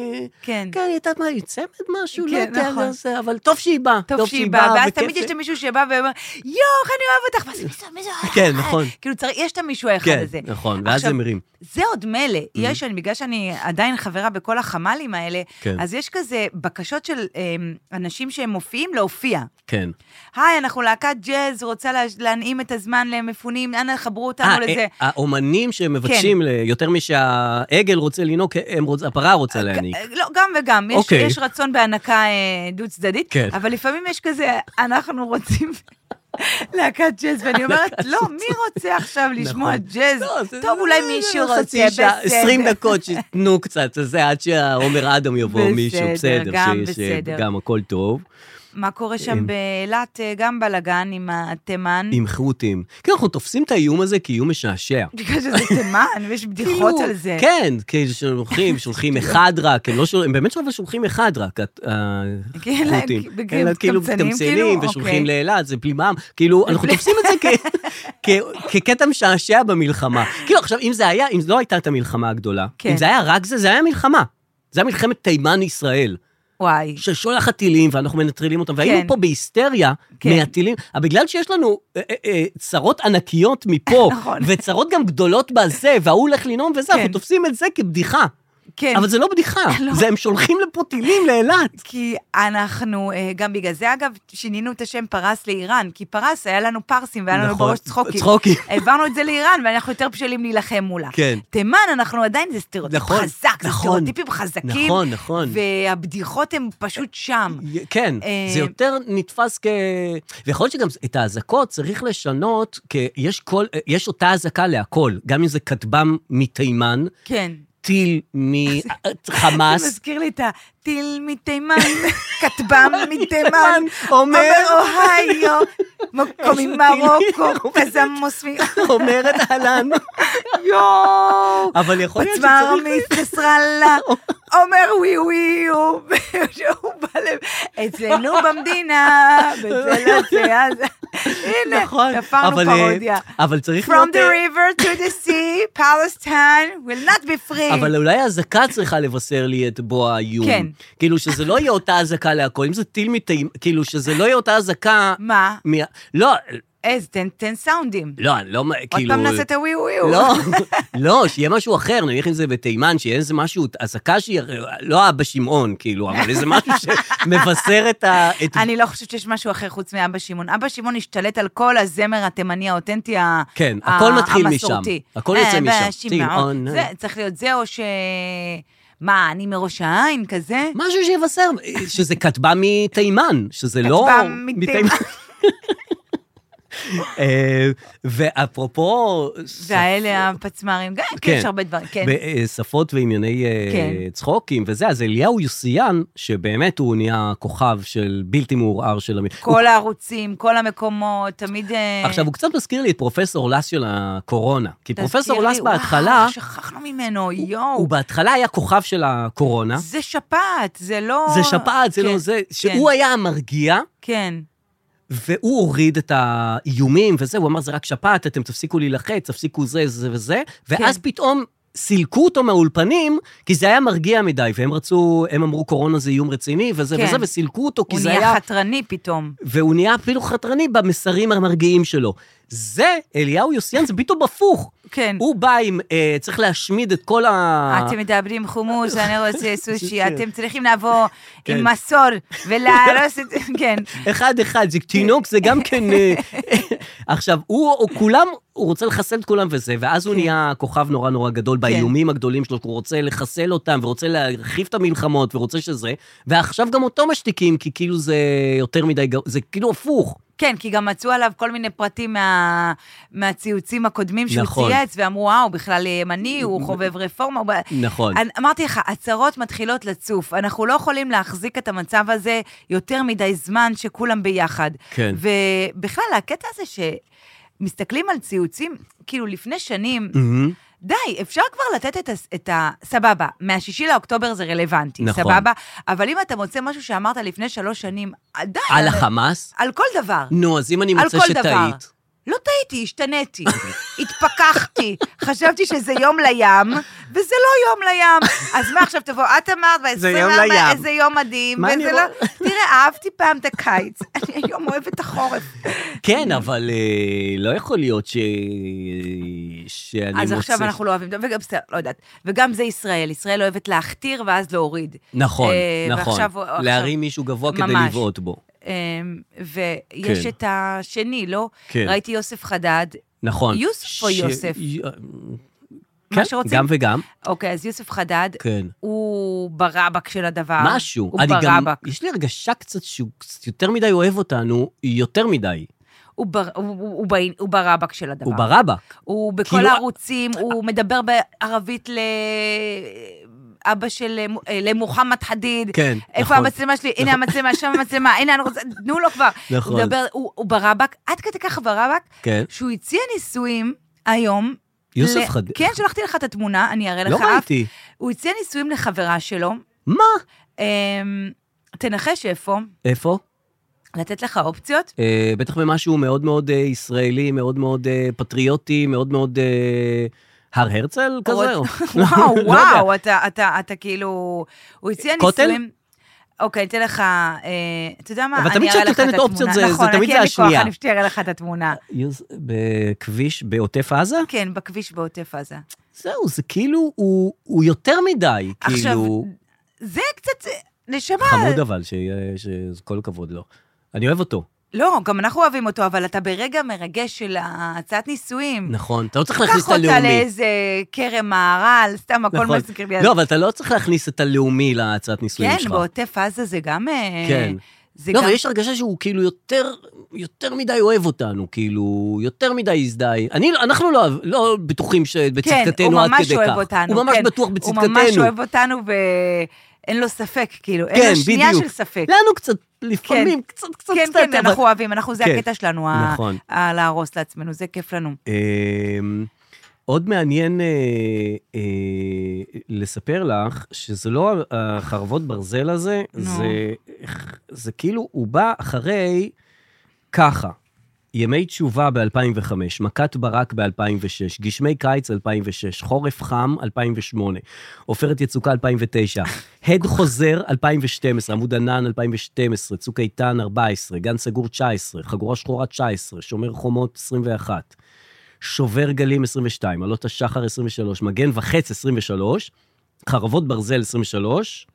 C: כן.
B: כן, היא הייתה, מה, היא צמד משהו? לא
C: כן,
B: יודע,
C: נכון.
B: לא זה, אבל טוב שהיא באה.
C: טוב שהיא באה, ואז
B: וכיף
C: תמיד
B: ש-
C: יש לי מישהו שבא ואומר, יואו, איך אני אוהב אותך, ואז מי זה, מי זה,
B: כן, נכון.
C: כאילו, צריך- יש את המישהו האחד
B: כן,
C: הזה.
B: נכון, ואז
C: עכשיו,
B: זה מרים. Mm-hmm.
C: זה עוד מילא. יש, אני- בגלל שאני עדיין חברה בכל החמ"לים האלה,
B: כן.
C: אז יש כזה בקשות של אמ, אנשים שהם מופיעים להופיע.
B: כן.
C: היי, אנחנו להקת ג'אז, רוצה לה- להנעים את הזמן למפונים, אנא חברו
B: אה,
C: אותנו לזה. כן.
B: אה, האומנים שמבקשים, ל- יותר משהעגל רוצה לנהוג, הם רוצ- הפרה רוצה להניק.
C: אה, לא, גם וגם, יש,
B: אוקיי.
C: יש רצון בהנקה אה, דו-צדדית,
B: כן.
C: אבל לפעמים יש כזה, אנחנו רוצים להקת ג'אז, ואני אומרת, לא, מי רוצה עכשיו לשמוע
B: נכון.
C: ג'אז?
B: לא, זה-
C: טוב,
B: זה-
C: אולי
B: זה-
C: מישהו
B: זה
C: רוצה,
B: חצי שעה,
C: בסדר.
B: 20 דקות שתנו קצת, זה עד שהעומר אדם יבוא
C: בסדר,
B: מישהו, בסדר,
C: גם
B: שיש אה,
C: בסדר.
B: גם הכל טוב,
C: מה קורה שם באילת? אה, גם בלאגן עם התימן.
B: כן. עם חות'ים. כן, אנחנו תופסים את האיום הזה כאיום משעשע.
C: בגלל שזה תימן, ויש בדיחות
B: כאילו,
C: על זה.
B: כן, כאילו שולחים, שולחים אחד רק, הם לא שולחים, הם באמת שולחים אחד רק, אה, הת-
C: כן, להם
B: החות'ים.
C: כי-
B: כן,
C: בגלל
B: כאילו
C: קמצנים,
B: קמצנים,
C: כאילו,
B: ושולחים
C: אוקיי.
B: לאילת, זה פלימם, כאילו, אנחנו תופסים את זה כ- כ- כקטע משעשע במלחמה. כאילו, עכשיו, אם זה היה, אם לא הייתה את המלחמה הגדולה,
C: כן.
B: אם זה היה רק זה, זה היה מלחמה. זה היה מלחמת תימן-ישראל.
C: וואי.
B: ששולחת טילים, ואנחנו מנטרלים אותם, והיינו
C: כן.
B: פה בהיסטריה
C: כן.
B: מהטילים. אבל בגלל שיש לנו אה, אה, אה, צרות ענקיות מפה,
C: נכון.
B: וצרות גם גדולות בזה, וההוא הולך לנאום וזה,
C: כן.
B: אנחנו תופסים את זה כבדיחה.
C: כן.
B: אבל זה לא בדיחה,
C: לא.
B: זה הם שולחים לפה טילים לאילת.
C: כי אנחנו, אה, גם בגלל זה, אגב, שינינו את השם פרס לאיראן, כי פרס, היה לנו פרסים, והיה לנו
B: נכון,
C: בראש צחוקים.
B: צחוקים.
C: העברנו את זה לאיראן, ואנחנו יותר בשלים להילחם מולה.
B: כן.
C: תימן, אנחנו עדיין, זה סטריאוטיפ
B: נכון,
C: חזק, זה
B: נכון.
C: סטריאוטיפים חזקים.
B: נכון, נכון.
C: והבדיחות הן פשוט שם.
B: י- כן,
C: אה,
B: זה יותר נתפס כ... ויכול להיות שגם את האזעקות צריך לשנות, כי יש כל- יש אותה אזעקה להכל, גם אם זה כטב"ם מתימן,
C: כן.
B: טיל
C: זה
B: מחמאס,
C: מזכיר לי את הטיל מתימן, כטב"ם מתימן,
B: אומר-
C: אומר אוהיו, מקום עם מרוקו, קזמוס, מ-
B: אומרת אהלן,
C: יואו,
B: אבל יכול להיות
C: בצמר
B: שצריך... לא.
C: מסטרסרלה, אומר ווי ווי, הוא שהוא בא לב, אצלנו במדינה, בצל הזה, הנה,
B: נכון,
C: תפרנו
B: אבל, אה,
C: פרודיה.
B: אבל צריך
C: From
B: להיות...
C: the
B: אה,
C: river to the sea, Palestine will not be free.
B: אבל אולי האזעקה צריכה לבשר לי את בוא האיום.
C: כן.
B: כאילו, שזה לא יהיה אותה אזעקה להכל, אם זה טיל מתאים, כאילו, שזה לא יהיה אותה אזעקה...
C: מה?
B: מ... לא,
C: אז תן- תן סאונדים.
B: לא, אני לא,
C: עוד
B: כאילו...
C: פעם נעשה את הווי ווי. ווי.
B: לא, לא, שיהיה משהו אחר, נניח אם זה בתימן, שיהיה איזה משהו, אזעקה שהיא, לא אבא שמעון, כאילו, אבל איזה משהו שמבשר את ה... את-
C: אני לא חושבת שיש משהו אחר חוץ מאבא שמעון. אבא שמעון השתלט על כל הזמר התימני האותנטי, ה-
B: כן,
C: ה-
B: הכל מתחיל משם.
C: המסורתי.
B: הכל יוצא
C: אה,
B: משם.
C: אבא שמעון.
B: שמעון,
C: זה,
B: אה.
C: צריך להיות זה, או ש... מה, אני מראש העין כזה?
B: משהו שיבשר, שזה כתבה מתימן, שזה לא...
C: כתבה מתימן.
B: אה, ואפרופו...
C: והאלה הפצמ"רים, גם כן,
B: כן.
C: יש הרבה דברים, כן.
B: בשפות וענייני אה,
C: כן.
B: צחוקים וזה, אז אליהו יוסיאן, שבאמת הוא נהיה כוכב של בלתי מעורער של... המ- הוא
C: כל הערוצים, כל המקומות, תמיד... אה,
B: עכשיו, הוא קצת מזכיר לי את פרופסור לס של הקורונה. כי
C: תזכיר
B: פרופסור
C: לי,
B: לס
C: וואו,
B: בהתחלה,
C: שכחנו ממנו, יואו.
B: הוא בהתחלה היה כוכב של הקורונה.
C: זה שפעת, זה לא...
B: זה שפעת, זה
C: כן,
B: לא זה,
C: כן.
B: שהוא היה המרגיע.
C: כן.
B: והוא הוריד את האיומים וזה, הוא אמר, זה רק שפעת, אתם תפסיקו להילחץ, תפסיקו זה, זה וזה, ואז
C: כן.
B: פתאום סילקו אותו מהאולפנים, כי זה היה מרגיע מדי, והם רצו, הם אמרו, קורונה זה איום רציני, וזה
C: כן.
B: וזה, וסילקו אותו, כי
C: הוא
B: זה
C: נהיה
B: היה...
C: חתרני פתאום.
B: והוא נהיה אפילו חתרני במסרים המרגיעים שלו. זה, אליהו יוסיאן, זה פתאום הפוך.
C: כן.
B: הוא בא עם, אה, צריך להשמיד את כל ה...
C: אתם מדברים חומוס, אני רוצה סושי,
B: כן.
C: אתם צריכים לבוא
B: כן.
C: עם מסור ולהרוס את זה, כן.
B: אחד-אחד, זה תינוק, זה גם כן... אה, עכשיו, הוא, הוא כולם, הוא רוצה לחסל את כולם וזה, ואז
C: כן.
B: הוא נהיה כוכב נורא נורא גדול באיומים הגדולים שלו, הוא רוצה לחסל אותם, ורוצה להרחיב את המלחמות, ורוצה שזה, ועכשיו גם אותו משתיקים, כי כאילו זה יותר מדי, גר- זה כאילו הפוך.
C: כן, כי גם מצאו עליו כל מיני פרטים מה, מהציוצים הקודמים שהוא
B: נכון.
C: צייץ, ואמרו, וואו, הוא בכלל ימני, הוא חובב רפורמה. הוא ב-
B: נכון.
C: אני- אמרתי לך, הצהרות מתחילות לצוף. אנחנו לא יכולים להחזיק את המצב הזה יותר מדי זמן שכולם ביחד.
B: כן.
C: ובכלל, הקטע הזה שמסתכלים על ציוצים, כאילו, לפני שנים,
B: מהמם.
C: די, אפשר כבר לתת את, הס- את ה... סבבה, מהשישי לאוקטובר זה רלוונטי,
B: נכון.
C: סבבה? אבל אם אתה מוצא משהו שאמרת לפני שלוש שנים, די.
B: על החמאס?
C: על כל דבר.
B: נו, אז אם אני
C: על
B: מוצא
C: כל
B: שטעית...
C: דבר. לא טעיתי, השתניתי, התפכחתי, חשבתי שזה יום לים, וזה לא יום לים. אז מה עכשיו תבוא, את אמרת
B: זה יום
C: ב-24,
B: לים.
C: איזה יום מדהים,
B: מה אני
C: וזה
B: רואה?
C: לא... תראה, אהבתי פעם את הקיץ, אני היום אוהבת את החורף.
B: כן, אבל אה, לא יכול להיות ש... שאני מוצא...
C: אז עכשיו אנחנו לא אוהבים, וגם בסדר, לא יודעת. וגם זה ישראל, ישראל אוהבת להכתיר ואז להוריד.
B: נכון,
C: אה,
B: נכון.
C: ועכשיו- עכשיו-
B: להרים מישהו גבוה כדי
C: ממש.
B: לבעוט בו.
C: אמ, ויש
B: כן.
C: את השני, לא?
B: כן.
C: ראיתי יוסף חדד,
B: נכון.
C: יוסף או יוסף?
B: י- אה,
C: מה
B: כן,
C: שרוצים.
B: גם וגם,
C: אוקיי, אז יוסף חדד,
B: כן.
C: הוא ברבק של הדבר.
B: משהו.
C: אה, הוא
B: אני גם-
C: ברבק.
B: יש לי הרגשה קצת שהוא קצת יותר מדי אוהב אותנו, יותר מדי.
C: הוא, בר, הוא, הוא, הוא, בעין- הוא ברבק של הדבר.
B: הוא ברבק.
C: הוא בכל
B: כאילו-
C: הערוצים, הוא מדבר בערבית ל... אבא של אה, למוחמד חדיד.
B: כן,
C: איפה
B: נכון.
C: המצלמה שלי? הנה המצלמה, שם המצלמה, הנה אני רוצה, תנו לו כבר.
B: נכון.
C: הוא מדבר, הוא, הוא ברבק, עד כדי כך ברבק,
B: כן.
C: שהוא הציע ניסויים היום.
B: יוסף
C: ל-
B: חד-
C: כן, שלחתי לך את התמונה, אני אראה
B: לא
C: לך. אף.
B: ראיתי.
C: הוא הציע ניסויים לחברה שלו.
B: מה?
C: אמ, תנחש איפה,
B: איפה?
C: לתת לך אופציות.
B: אה, בטח במשהו מאוד מאוד אה, ישראלי, מאוד מאוד אה, פטריוטי, מאוד מאוד... אה, הר הרצל כזה? או-
C: וואו,
B: לא יודע.
C: וואו, אתה, אתה, אתה כאילו... הוא הציע
B: קוטל?
C: ניסויים... אוקיי, אני אתן לך... אה, אתה יודע מה?
B: אבל
C: אני
B: תמיד
C: אראה
B: כשאת
C: לך את
B: נותנת אופציות זה-
C: התמונה.
B: זה
C: נכון,
B: תמיד
C: כי
B: זה
C: אין לי
B: השנייה.
C: כוח, אני פשוט אראה לך את התמונה.
B: יוס- בכביש בעוטף עזה?
C: כן, בכביש בעוטף עזה.
B: זהו, זה כאילו, הוא, הוא יותר מדי,
C: עכשיו,
B: כאילו,
C: זה קצת... נשמה,
B: חמוד אבל, שיהיה- שכל הכבוד לו. אני אוהב אותו,
C: לא, גם אנחנו אוהבים אותו, אבל אתה ברגע מרגש של הצעת נישואים.
B: נכון, אתה לא צריך
C: קח
B: להכניס את
C: אותה
B: הלאומי.
C: לאיזה כרם מהר"ל, סתם הכל
B: נכון.
C: מזכיר לי.
B: לא, אבל אתה לא צריך להכניס את הלאומי להצעת נישואים
C: כן,
B: שלך.
C: בעוטף עזה זה גם... אה,
B: כן.
C: זה
B: לא,
C: גם
B: אבל יש הרגשה שהוא כאילו יותר, יותר מדי אוהב אותנו, כאילו, יותר מדי הזדהה. אני, אנחנו לא, לא בטוחים
C: כן,
B: שבצדקתנו
C: הוא
B: עד
C: ממש
B: כדי
C: אוהב
B: כך.
C: אותנו.
B: הוא ממש
C: כן.
B: בטוח בצדקתנו.
C: הוא ממש אוהב אותנו ואין לו ספק, כאילו, אין
B: כן,
C: לו שנייה
B: בדיוק.
C: של ספק.
B: לנו קצת, לפעמים, קצת, קצת,
C: כן,
B: קצת,
C: כן,
B: אבל-
C: אנחנו אוהבים, אנחנו, זה
B: כן.
C: הקטע שלנו, ה-
B: נכון.
C: ה- להרוס לעצמנו, זה כיף לנו.
B: אמ, עוד מעניין אה, אה, לספר לך שזה לא החרבות ברזל הזה,
C: נו.
B: זה, זה כאילו, הוא בא אחרי ככה. ימי תשובה ב-2005, מכת ברק ב-2006, גשמי קיץ 2006, חורף חם 2008, עופרת יצוקה 2009, הד חוזר 2012, עמוד ענן 2012, צוק איתן 14, גן סגור 19, חגורה שחורה 19, שומר חומות 21, שובר גלים 22, עלות השחר 23, מגן וחץ 23, חרבות ברזל 23,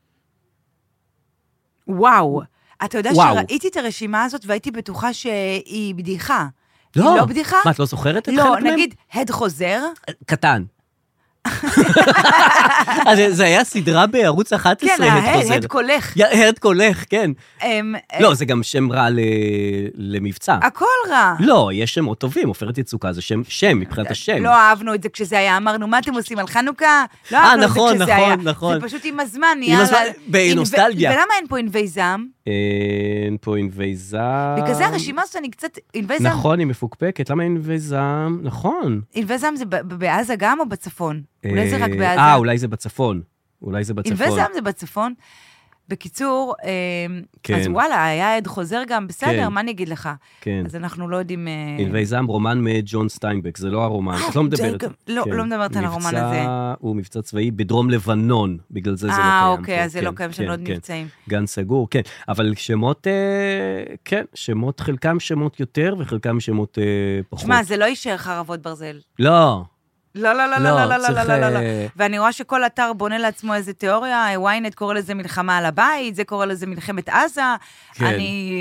C: וואו. אתה יודע
B: וואו.
C: שראיתי את הרשימה הזאת והייתי בטוחה שהיא בדיחה.
B: לא.
C: היא לא בדיחה?
B: מה, את לא זוכרת את חלק
C: לא,
B: מהם? אה,
C: נגיד, הד חוזר,
B: קטן. אז זה- זה היה סדרה בערוץ 11,
C: כן,
B: הד
C: ההד,
B: חוזר.
C: הד קולך.
B: יא, הד קולך, כן.
C: אמ,
B: לא, זה גם שם רע ל- למבצע.
C: הכל רע.
B: לא, כן. יש שמות טובים, עופרת יצוקה זה שם, שם, מבחינת השם.
C: לא אהבנו את זה כשזה היה, אמרנו, מה אתם עושים על חנוכה? לא אהבנו את זה
B: נכון,
C: כשזה
B: נכון,
C: היה.
B: נכון.
C: זה פשוט עם הזמן נהיה...
B: הזמן,
C: לה-
B: בנוסטלגיה.
C: אינב- ולמה אין פה ענבי זעם?
B: אה, אין פה ענבי זעם.
C: בגלל זה הרשימה הזאת אני קצת... ענבי זעם-
B: אה. נכון, היא מפוקפקת, למה אין ענבי זעם? נכון.
C: ענבי זעם זה ב- ב- בעזה גם או בצפון? אולי זה רק
B: אה,
C: בעזה.
B: אה, אולי זה בצפון. אולי זה בצפון.
C: ענבי זעם זה בצפון. בקיצור, אה,
B: כן.
C: אז וואלה, היה עד חוזר גם, בסדר,
B: כן.
C: מה אני אגיד לך?
B: כן.
C: אז אנחנו לא יודעים... אה,
B: ענבי זעם, רומן מג'ון סטיינבק, זה לא הרומן,
C: אה,
B: את לא מדברת.
C: ג'ון- לא,
B: כן.
C: לא מדברת על הרומן
B: מבצע-
C: הזה.
B: הוא מבצע צבאי בדרום לבנון, בגלל זה זה לא קיים.
C: אה,
B: פה.
C: אוקיי, אז זה לא
B: כן,
C: קיים, יש לנו
B: כן,
C: עוד
B: כן.
C: מבצעים.
B: גן סגור, כן. אבל שמות, אה, כן, שמות, חלקם שמות יותר וחלקם שמות אה, פחות.
C: שמע, זה לא יישאר חרבות ברזל.
B: לא,
C: לא, לא, לא,
B: לא,
C: לא, לא, לא, לא,
B: צריך,
C: לא, לא, לא.
B: אה,
C: ואני רואה שכל אתר בונה לעצמו איזה תיאוריה, ynet קורא לזה מלחמה על הבית, זה קורא לזה מלחמת עזה.
B: כן.
C: אני...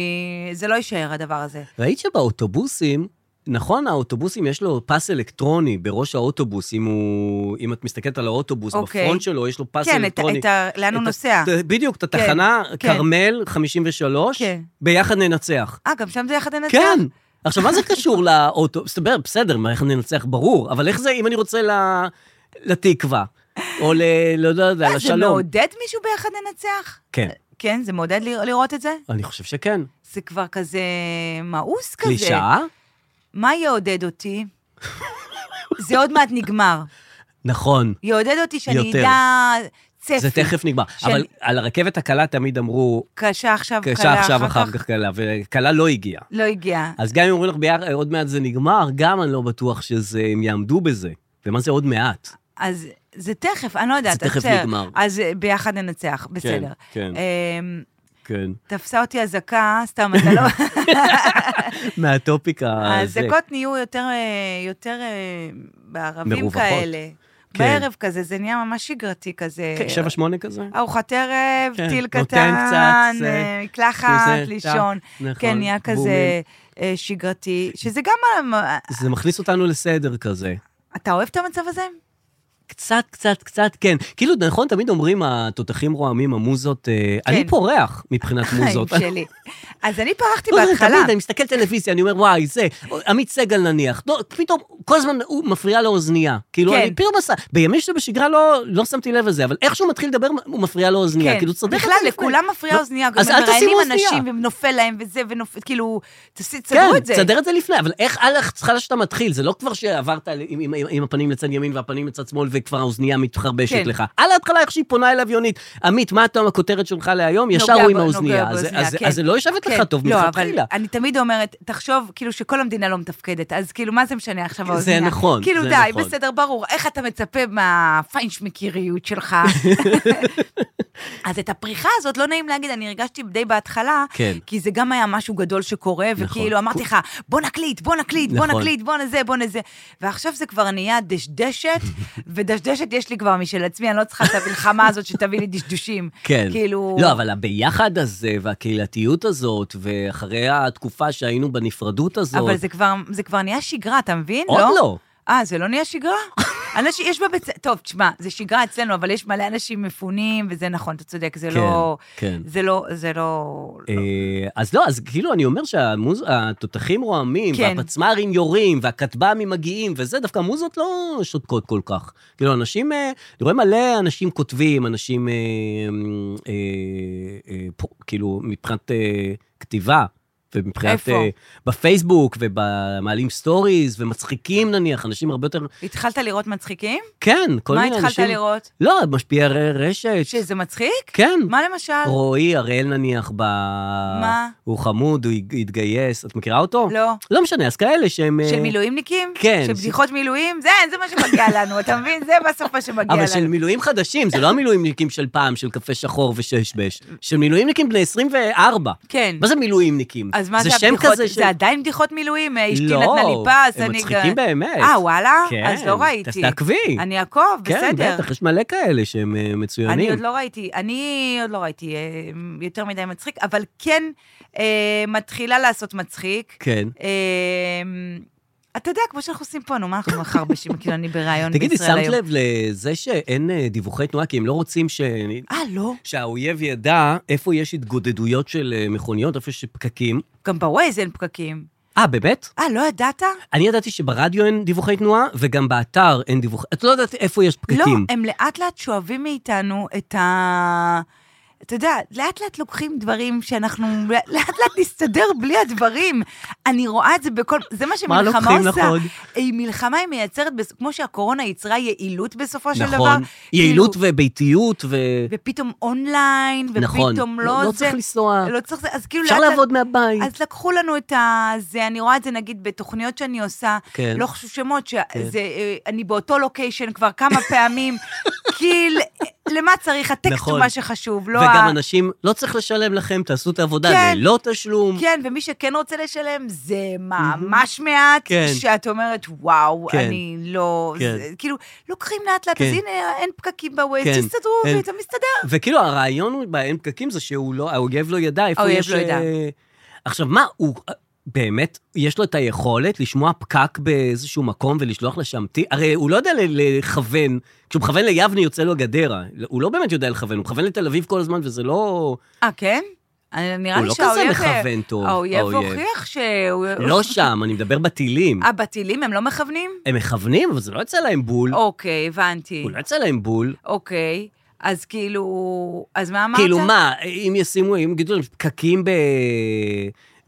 C: זה לא יישאר, הדבר הזה.
B: ראית שבאוטובוסים, נכון, האוטובוסים יש לו פס אלקטרוני בראש האוטובוס, אם הוא... אם את מסתכלת על האוטובוס,
C: אוקיי.
B: בפרונט שלו יש לו פס
C: כן, את ה-
B: אלקטרוני.
C: את ה... לאן הוא
B: את ה-
C: נוסע.
B: ת- בדיוק, את התחנה,
C: כן.
B: כרמל, 53,
C: כן.
B: ביחד ננצח.
C: אה, גם שם זה יחד ננצח?
B: כן. עכשיו, מה זה קשור לאוטו? מסתבר, בסדר, מה, איך ננצח, ברור, אבל איך זה אם אני רוצה ל- לתקווה, או ל... לא יודע,
C: זה
B: לשלום.
C: מעודד מישהו ביחד ננצח?
B: כן,
C: כן, זה מעודד לרא- לראות את זה?
B: אני חושב שכן.
C: זה כבר כזה מאוס כזה.
B: קלישאה?
C: מה יעודד אותי? זה עוד מעט נגמר.
B: נכון.
C: יעודד אותי שאני
B: יותר.
C: אדע צפי.
B: זה תכף נגמר.
C: שאני-
B: אבל על הרכבת הקלה תמיד אמרו,
C: קשה עכשיו, קלה,
B: קשה כן, עכשיו, אחר כך קלה, וקלה לא הגיעה.
C: לא הגיע.
B: אז גם אם אומרים לך ביחד, עוד מעט זה נגמר, גם אני לא בטוח שזה, הם יעמדו בזה. ומה זה עוד מעט?
C: אז זה תכף, אני לא יודעת.
B: זה תכף
C: בסדר.
B: נגמר.
C: אז אה, ביחד ננצח, בסדר.
B: כן, כן.
C: אמ,
B: כן.
C: תפסה אותי אזעקה, סתם, אתה לא...
B: מהטופיק הזה.
C: האזעקות נהיו יותר, אה, יותר אה, בערבים
B: מרווחות.
C: כאלה.
B: כן.
C: בערב כזה, זה נהיה ממש שגרתי כזה.
B: כן, שבע, שמונה כזה?
C: ארוחת ערב,
B: כן,
C: טיל
B: נותן
C: קטן,
B: קצת, זה,
C: אה, מקלחת,
B: כזה,
C: לישון.
B: טאק, נכון,
C: כן, נהיה כזה
B: בומים.
C: אה, שגרתי, שזה גם... אה,
B: זה מכניס אותנו לסדר כזה.
C: אתה אוהב את המצב הזה?
B: קצת, קצת, קצת, כן. כאילו, נכון, תמיד אומרים, התותחים רועמים, המוזות... אה, אני פורח מבחינת מוזות.
C: חיים שלי. אז אני פרחתי
B: לא, זה
C: בהתחלה.
B: תמיד, אני מסתכל טלוויזיה, אני אומר, וואי, זה, עמית סגל נניח. לא, פתאום, כל הזמן הוא מפריע לאוזנייה. כאילו,
C: כן.
B: אני פתאום עשה, בימים שבשגרה לא, לא שמתי לב לזה, אבל איך שהוא מתחיל לדבר, הוא מפריע לאוזנייה.
C: כן.
B: כאילו, צודק.
C: בכלל,
B: אתה לפני.
C: לכולם מפריעה
B: לא,
C: אוזנייה.
B: אז אל תשימו
C: מראיינים
B: אוזנייה.
C: אנשים ונופל להם וזה, ונופל, כאילו, תס-
B: כן,
C: תסדרו את זה.
B: תסדר את זה לפני, אבל איך הלך צריכה להיות שאתה מתחיל? זה לא כבר שעברת על- עם, עם, עם הפנים לצד ימין והפנים לצד שמאל וכבר האוזנייה מתחרבשת
C: כן.
B: לך. על ההתחלה איך שהיא פונה אליו יונית, עמית, מה אתה הכותרת שלך להיום? ישר
C: נוגע
B: הוא עם
C: ב-
B: האוזנייה.
C: נוגע
B: אז,
C: באוזנייה,
B: אז,
C: כן.
B: אז זה לא יושבת לך
C: כן.
B: טוב
C: לא,
B: מלכתחילה.
C: אבל אני תמיד אומרת, תחשוב, כאילו, שכל המדינה לא מתפקדת, אז כאילו, מה זה משנה עכשיו
B: זה
C: האוזנייה?
B: נכון,
C: כאילו,
B: זה
C: די,
B: נכון.
C: בסדר, ברור. איך אתה מצפה מהפיינשמקיריות שלך? אז את הפריחה הזאת, לא נעים להגיד, אני הרגשתי די בהתחלה,
B: כן.
C: כי זה גם היה משהו גדול שקורה, וכאילו אמרתי לך, בוא נקליט, בוא נקליט, בוא
B: נכון.
C: נקליט, בוא נזה, בוא נזה. ועכשיו זה כבר נהיה דשדשת, ודשדשת יש לי כבר משל עצמי, אני לא צריכה את המלחמה הזאת שתביא לי דשדושים.
B: כן.
C: כאילו...
B: לא, אבל הביחד הזה, והקהילתיות הזאת, ואחרי התקופה שהיינו בנפרדות הזאת...
C: אבל זה כבר, זה כבר נהיה שגרה, אתה מבין?
B: עוד לא.
C: אה, זה לא נהיה שגרה? אנשים, יש בבית... ס- טוב, תשמע, זה שגרה אצלנו, אבל יש מלא אנשים מפונים, וזה נכון, אתה צודק, זה
B: כן,
C: לא...
B: כן.
C: זה לא... זה לא...
B: אה, אז לא, אז כאילו, אני אומר שהתותחים רועמים,
C: כן.
B: והפצמ"רים יורים, והכטב"מים מגיעים, וזה, דווקא המוזות לא שותקות כל כך. כאילו, אנשים, אה, אני רואה מלא אנשים כותבים, אנשים, אה, אה, אה, פה, כאילו, מבחינת אה, כתיבה. ומבחינת...
C: איפה?
B: אה, בפייסבוק, ומעלים סטוריז, ומצחיקים נניח, אנשים הרבה יותר...
C: התחלת לראות מצחיקים?
B: כן, כל
C: מה
B: מיני
C: התחלת
B: אנשים...
C: לראות?
B: לא, משפיעי ר- רשת.
C: שזה מצחיק?
B: כן.
C: מה למשל?
B: רועי הראל נניח ב...
C: מה?
B: הוא חמוד, הוא הג- התגייס. את מכירה אותו?
C: לא.
B: לא משנה, אז כאלה שהם...
C: של
B: אה,
C: מילואימניקים?
B: כן,
C: של
B: ש-
C: בדיחות מילואים? זה, זה מה שמגיע לנו, אתה מבין? זה בסוף מה שמגיע לנו.
B: אבל של מילואים חדשים, זה לא המילואימניקים של פעם, של קפה שחור וששבש. של מילואימניקים בני 24.
C: כן.
B: מה זה מילואימניקים?
C: אז מה זה,
B: שם
C: הבדיחות?
B: כזה של...
C: זה עדיין בדיחות מילואים? אה, אשתי
B: לא,
C: נתנה לי פס,
B: הם
C: אני...
B: מצחיקים באמת.
C: אה, וואלה?
B: כן,
C: אז לא ראיתי.
B: תעקבי.
C: אני אעקוב,
B: כן,
C: בסדר.
B: בטח, יש מלא כאלה שהם אה, מצוינים.
C: אני עוד לא ראיתי, אני עוד לא ראיתי אה, יותר מדי מצחיק, אבל כן אה, מתחילה לעשות מצחיק.
B: כן.
C: אה, אתה יודע, כמו שאנחנו עושים פה, נו, מה אנחנו מחרבשים? כאילו, אני בריאיון
B: תגידי,
C: בישראל היום.
B: שמת לב לזה שאין אה, דיווחי תנועה, כי הם לא רוצים ש...
C: אה, לא?
B: שהאויב ידע איפה יש התגודדויות של אה, מכוניות, איפה יש פקקים.
C: גם בווייז אין פקקים.
B: אה, באמת?
C: אה, לא ידעת?
B: אני ידעתי שברדיו אין דיווחי תנועה, וגם באתר אין דיווחי... את לא יודעת איפה יש
C: לא,
B: פקקים.
C: הם לאט לאט שואבים מאיתנו את ה... אתה יודע, לאט לאט לוקחים דברים שאנחנו, לאט לאט נסתדר בלי הדברים. אני רואה את זה בכל, זה מה
B: מה
C: שמלחמה עושה.
B: לוקחים לך עוד?
C: היא מלחמה היא מייצרת, בס- כמו שהקורונה יצרה יעילות בסופו של דבר.
B: נכון.
C: כאילו,
B: יעילות וביתיות ו...
C: ופתאום אונליין,
B: נכון.
C: ופתאום
B: לא-
C: לא
B: לא
C: זה.
B: צריך לנסוע.
C: לא צריך זה, אז כאילו...
B: אפשר
C: לאט לאט-
B: לעבוד מהבית.
C: אז לקחו לנו את ה... זה, אני רואה את זה נגיד בתוכניות שאני עושה,
B: כן.
C: לא חשוב שמות, שזה, אה, אני באותו לוקיישן כבר כמה פעמים, כאילו, למה צריך? הטקסט
B: נכון.
C: הוא מה שחשוב, לא
B: וגם
C: ה...
B: אנשים, לא צריך לשלם לכם, תעשו את העבודה
C: כן.
B: ללא תשלום.
C: כן, ומי שכן רוצה לשלם, זה ממש מעט,
B: כן.
C: שאת אומרת, וואו,
B: כן.
C: אני לא...
B: כן.
C: זה- כאילו, לוקחים לאט לאט,
B: כן.
C: אז הנה, אין פקקים בווייז,
B: כן.
C: תסתדרו,
B: אין-
C: ואתה מסתדר.
B: וכאילו, הרעיון הוא בעין פקקים זה שהוא לא, האויב לא ידע איפה
C: האויב
B: יש...
C: לא ידע.
B: אה, עכשיו, מה, הוא אה, באמת, יש לו את היכולת לשמוע פקק באיזשהו מקום ולשלוח לשם טי... הרי הוא לא יודע ל- לכוון, כשהוא מכוון ליבנה יוצא לו גדרה. הוא לא באמת יודע לכוון, הוא מכוון לתל אביב כל הזמן, וזה לא...
C: אה, כן? אני- נראה
B: הוא
C: לי
B: לא כזה
C: שהאויב... אה,
B: מכוון טוב,
C: האויב
B: האויב.
C: הוכיח שהוא...
B: לא שם, אני מדבר בטילים.
C: אה, בטילים הם לא מכוונים?
B: הם מכוונים, אבל זה לא יצא להם בול.
C: אוקיי, הבנתי.
B: הוא לא יצא להם בול.
C: אוקיי, אז כאילו... אז מה אמרת?
B: כאילו מה, אם ישימו, אם יגידו להם פקקים ב-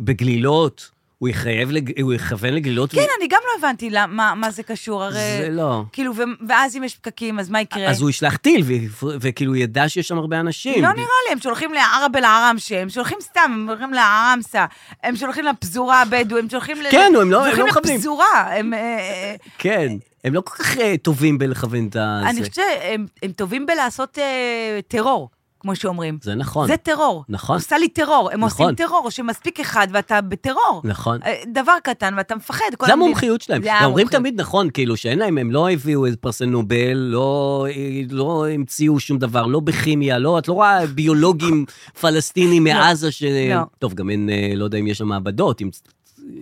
B: בגלילות, הוא יחייב, לג- הוא יכוון לגלילות?
C: כן, אני גם לא הבנתי למה- מה- מה זה קשור, הרי...
B: זה לא.
C: כאילו, ו- ואז אם יש פקקים, אז מה יקרה?
B: אז הוא ישלח טיל, ו- וכאילו ידע שיש שם הרבה אנשים.
C: לא נראה לי, הם שולחים לערב אל עראמשה, הם שולחים סתם, הם הולכים לעראמסה, הם שולחים לפזורה הבדואית, הם שולחים ל...
B: כן, הם לא- הם לא מכוונים.
C: שולחים לפזורה, הם... אה, אה,
B: כן, הם לא כל כך אה, טובים בלכוון את ה...
C: אני
B: זה.
C: חושבת שהם הם טובים בלעשות אה, טרור, כמו שאומרים.
B: זה נכון.
C: זה טרור.
B: נכון.
C: עושה לי טרור, הם
B: נכון.
C: עושים טרור, שמספיק אחד ואתה בטרור.
B: נכון.
C: אה, דבר קטן ואתה מפחד. כל
B: זה
C: המדינה-
B: המומחיות שלהם.
C: זה
B: הם אומרים
C: המומחיות.
B: תמיד נכון, כאילו, שאין להם, הם לא הביאו איזה פרסי נובל, לא, לא המציאו שום דבר, לא בכימיה, לא, את לא רואה ביולוגים פלסטינים מעזה ש...
C: לא.
B: טוב, גם אין, אה, לא יודע אם יש שם מעבדות, אם...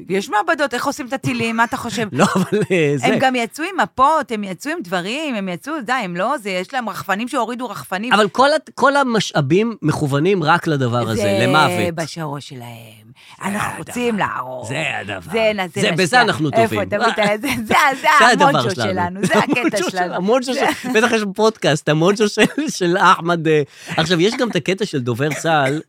C: יש מעבדות, איך עושים את הטילים, מה אתה חושב?
B: לא, אבל אה, זה...
C: הם גם יצאו עם מפות, הם יצאו עם דברים, הם יצאו, די, הם לא, זה, יש להם רחפנים שהורידו רחפנים.
B: אבל כל, ה- כל המשאבים מכוונים רק לדבר הזה, למוות.
C: זה בשערוש שלהם. אנחנו רוצים להרוג.
B: זה הדבר.
C: זה נזה
B: זה-
C: לשנייה.
B: בזה אנחנו טובים.
C: איפה, תמיד, ה- זה- זה- זה
B: זה הדבר
C: אה, המונצ'ו שלנו, זה הקטע
B: המונצ'ו
C: שלנו.
B: המונצ'ו של... בטח יש פודקאסט, המונצ'ו של- של אחמד. אה. עכשיו, יש גם את הקטע של דובר צה"ל,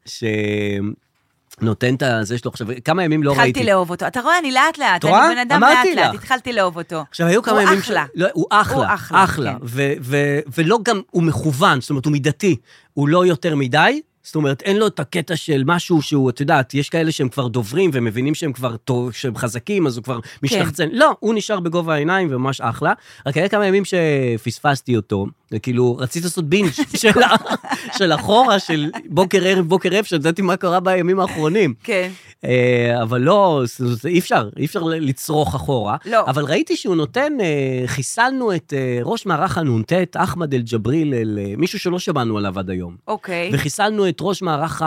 B: שנותן את הזה שלו עכשיו, כמה ימים לא ראיתי.
C: התחלתי לאהוב אותו. אתה רואה, אני לאט-לאט.
B: את רואה?
C: אני בן אדם
B: אמרתי
C: לאט-לאט,
B: לך.
C: התחלתי לאהוב אותו.
B: עכשיו, היו כמה
C: הוא
B: ימים...
C: אחלה.
B: ש... לא, הוא אחלה.
C: הוא אחלה,
B: אחלה.
C: כן.
B: ו- ו- ולא גם, הוא מכוון, זאת אומרת, הוא מידתי. הוא לא יותר מדי, זאת אומרת, אין לו את הקטע של משהו שהוא, את יודעת, יש כאלה שהם כבר דוברים ומבינים שהם כבר טוב, שהם חזקים, אז הוא כבר
C: כן.
B: משתחצן. לא, הוא נשאר בגובה העיניים וממש אחלה. רק היה כמה ימים שפספסתי אותו, וכאילו, רציתי לעשות בינג' של, ה- של אחורה, של בוקר ערב, בוקר ערב, שידעתי מה קרה בימים האחרונים.
C: כן.
B: אה, אבל לא, זה- זה- אי אפשר, אי אפשר ל- לצרוך אחורה.
C: לא.
B: אבל ראיתי שהוא נותן, אה, חיסלנו את אה, ראש מערך הנ"ט, אחמד אל-ג'בריל, אל, אה, מישהו שלא שמענו עליו עד היום.
C: אוקיי.
B: וחיסלנו את ראש מערך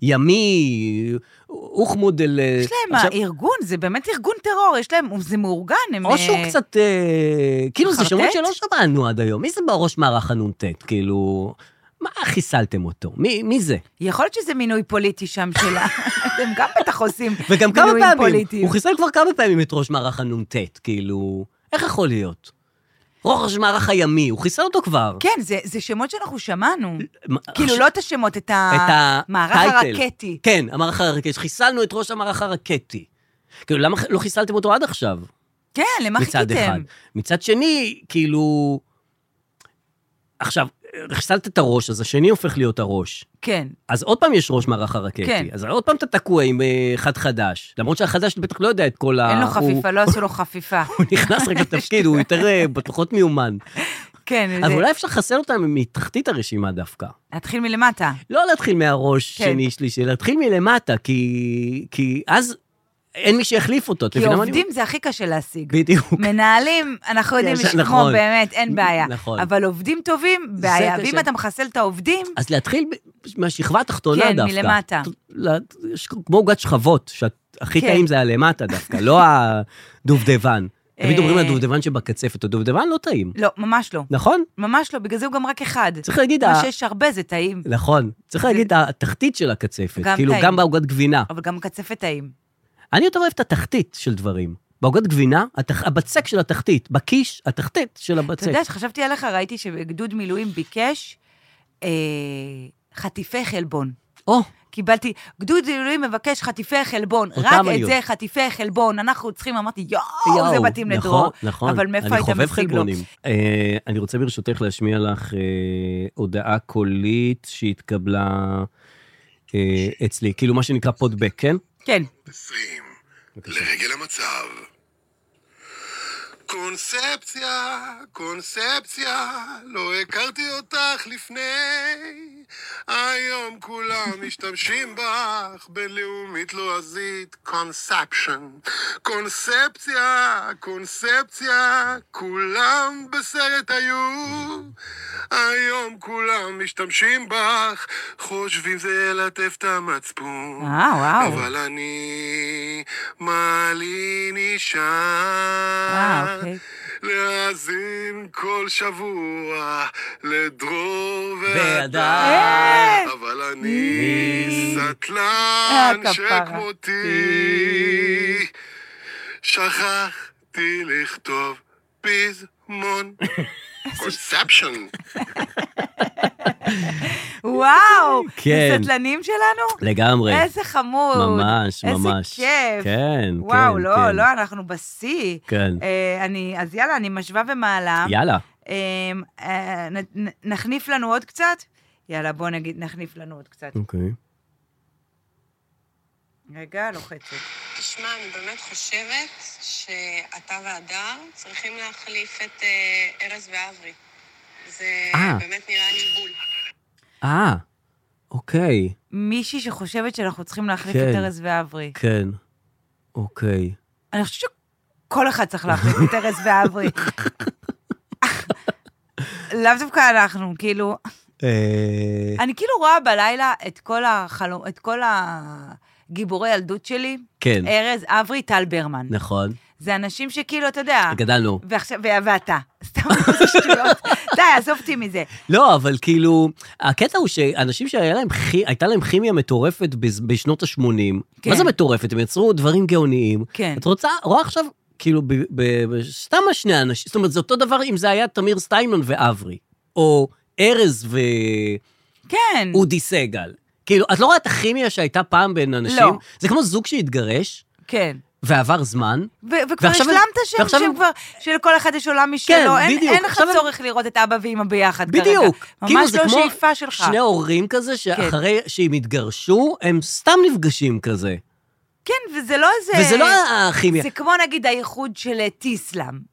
B: הימי, אוחמוד אל... אה,
C: יש להם
B: עכשיו,
C: ארגון, זה באמת ארגון טרור, יש להם, זה מאורגן, הם...
B: או שהוא
C: אה,
B: קצת, אה, כאילו, זה
C: חרטט?
B: שמות שלא שמענו עד היום. מי זה בראש מערך הנ"ט? כאילו, מה חיסלתם אותו? מי, מי זה?
C: יכול להיות שזה מינוי פוליטי שם שלה. הם גם בטח עושים
B: וגם כמה
C: מינויים
B: פעמים,
C: פוליטיים.
B: הוא חיסל כבר כמה פעמים את ראש מערך הנ"ט, כאילו, איך יכול להיות? ראש מערך הימי, הוא חיסל אותו כבר.
C: כן, זה, זה שמות שאנחנו שמענו.
B: מה-
C: כאילו,
B: עכשיו-
C: לא את השמות, את
B: אה, את
C: המערך
B: הטייטל.
C: הרקטי.
B: כן, המערך הרקטי, חיסלנו את ראש המערך הרקטי. כאילו, למה לא חיסלתם אותו עד עכשיו?
C: כן, למה
B: מצד אחד.
C: חיכיתם?
B: מצד שני, כאילו... עכשיו, חיסלת את הראש, אז השני הופך להיות הראש.
C: כן.
B: אז עוד פעם יש ראש מערך הרקטי.
C: כן.
B: אז עוד פעם אתה תקוע עם אה, אחד חדש. למרות שהחדש בטח לא יודע את כל ה...
C: אין לו
B: הוא-
C: חפיפה, לא עשו לו חפיפה.
B: הוא נכנס רק לתפקיד, הוא יותר אה, פחות מיומן.
C: כן,
B: אז
C: זה-
B: אולי אפשר לחסל אותם מתחתית הרשימה דווקא.
C: להתחיל מלמטה.
B: לא להתחיל מהראש
C: כן.
B: שני שלישי, להתחיל מלמטה, כי כי אז אין מי שיחליף אותו. את
C: כי
B: מבינה מה אני
C: עובדים זה הכי קשה להשיג.
B: אומר? בדיוק.
C: מנהלים, אנחנו יודעים
B: יש-
C: לשמור
B: נכון.
C: באמת, אין בעיה.
B: נכון.
C: אבל עובדים טובים, בעיה.
B: קשה.
C: ואם אתה מחסל את העובדים,
B: אז להתחיל ב- מהשכבה התחתונה
C: כן,
B: דווקא.
C: מלמטה.
B: ת- ל- יש כמו עוגת שכבות, שהכי
C: כן.
B: טעים זה הלמטה דווקא, לא הדובדבן. תמיד
C: אה.
B: אומרים לדובדבן שבקצפת, הדובדבן לא טעים,
C: לא, ממש לא.
B: נכון?
C: ממש לא, בגלל זה הוא גם רק אחד.
B: צריך להגיד,
C: מה
B: ה-
C: שיש הרבה זה טעים,
B: נכון, צריך להגיד התחתית של הקצפת,
C: גם
B: כאילו
C: טעים.
B: גם בעוגת גבינה.
C: אבל גם קצפת טעים.
B: אני יותר אוהב את התחתית של דברים. בעוגת גבינה, התח... הבצק של התחתית, בקיש, התחתית של הבצק.
C: אתה יודע, כשחשבתי עליך, ראיתי שגדוד מילואים ביקש אה, חטיפי חלבון.
B: או,
C: קיבלתי, גדוד אלוהים מבקש חטיפי חלבון.
B: אותם
C: רק את
B: היו.
C: זה, חטיפי חלבון. אנחנו צריכים, אמרתי, יואו, זה
B: יואו,
C: מתאים
B: נכון,
C: לדרור.
B: נכון,
C: אבל מאיפה
B: אני
C: היית
B: חובב
C: משיג לו?
B: חלבונים. אה, אני רוצה ברשותך להשמיע לך אה, הודעה קולית שהתקבלה אה, אצלי, כאילו מה שנקרא פודבק, כן?
C: כן.
D: 20, לרגל המצב. קונספציה, קונספציה, לא הכרתי אותך לפני. היום כולם משתמשים בך, בינלאומית לועזית, קונספשן. קונספציה, קונספציה, כולם בסרט היו. היום כולם משתמשים בך, חושבים זה לטף את המצפון.
C: אה, וואו.
D: אבל אני מעלי נשאר
C: אה, אוקיי.
D: להאזין כל שבוע לדרור
B: והדר.
D: והדר אבל אני
C: אה,
D: סטלן
C: כפרה.
D: שכמותי שכחתי לכתוב פזמון קונספשן
C: וואו,
B: כן.
C: הסטלנים שלנו?
B: לגמרי.
C: איזה חמוד.
B: ממש, ממש.
C: איזה כיף.
B: כן,
C: וואו,
B: כן,
C: לא,
B: כן.
C: לא, אנחנו בשיא.
B: כן.
C: אה, אני, אז יאללה, אני משווה ומעלה.
B: יאללה.
C: אה, אה, נ- נ- נחניף לנו עוד קצת? יאללה, בוא נגיד, נחניף לנו עוד קצת.
B: אוקיי.
C: רגע, לוחצת.
E: תשמע, אני באמת חושבת שאתה והדר צריכים להחליף את אה, ארז ואברי. זה
B: אה.
E: באמת נראה לי בול.
B: אה, אוקיי,
C: מישהי שחושבת שאנחנו צריכים להחליף
B: כן.
C: את ארז ואברי.
B: כן. אוקיי.
C: אני חושבת שכל אחד צריך להחליף את ארז ואברי. לאו דווקא אנחנו, כאילו,
B: אה,
C: אני כאילו רואה בלילה את כל החלום, את כל הגיבורי ילדות שלי.
B: כן.
C: ארז, אברי, טל ברמן.
B: נכון.
C: זה אנשים שכאילו, אתה יודע...
B: גדלנו.
C: ועכשיו, ו- ואתה. סתם, איזה שטויות. די, עזוב אותי מזה.
B: לא, אבל כאילו, הקטע הוא שאנשים שהייתה להם, כי- הייתה להם כימיה מטורפת בז- בשנות ה-80,
C: כן.
B: מה זה מטורפת? הם יצרו דברים גאוניים.
C: כן.
B: את רוצה, רואה עכשיו, כאילו, ב- ב- ב- סתם השני אנשים, זאת אומרת, זה אותו דבר אם זה היה תמיר סטיינמן ואברי, או ארז ואודי
C: כן.
B: סגל. כאילו, את לא רואה את הכימיה שהייתה פעם בין אנשים?
C: לא.
B: זה כמו זוג שהתגרש,
C: כן.
B: ועבר זמן,
C: ו- וכבר
B: ועכשיו-
C: השלמת שהם,
B: ועכשיו-
C: שהם כבר, שלכל אחד יש עולם משלו,
B: כן,
C: אין,
B: בדיוק.
C: אין לך
B: עכשיו הם-
C: צורך לראות את אבא ואמא ביחד כרגע.
B: בדיוק.
C: ממש
B: כאילו, זה
C: לא
B: כמו
C: שאיפה שלך.
B: שני הורים כזה, שאחרי שהם התגרשו, הם סתם נפגשים כזה.
C: כן, וזה לא איזה...
B: וזה לא הכימיה.
C: זה כמו נגיד האיחוד של אה, טיסלאם.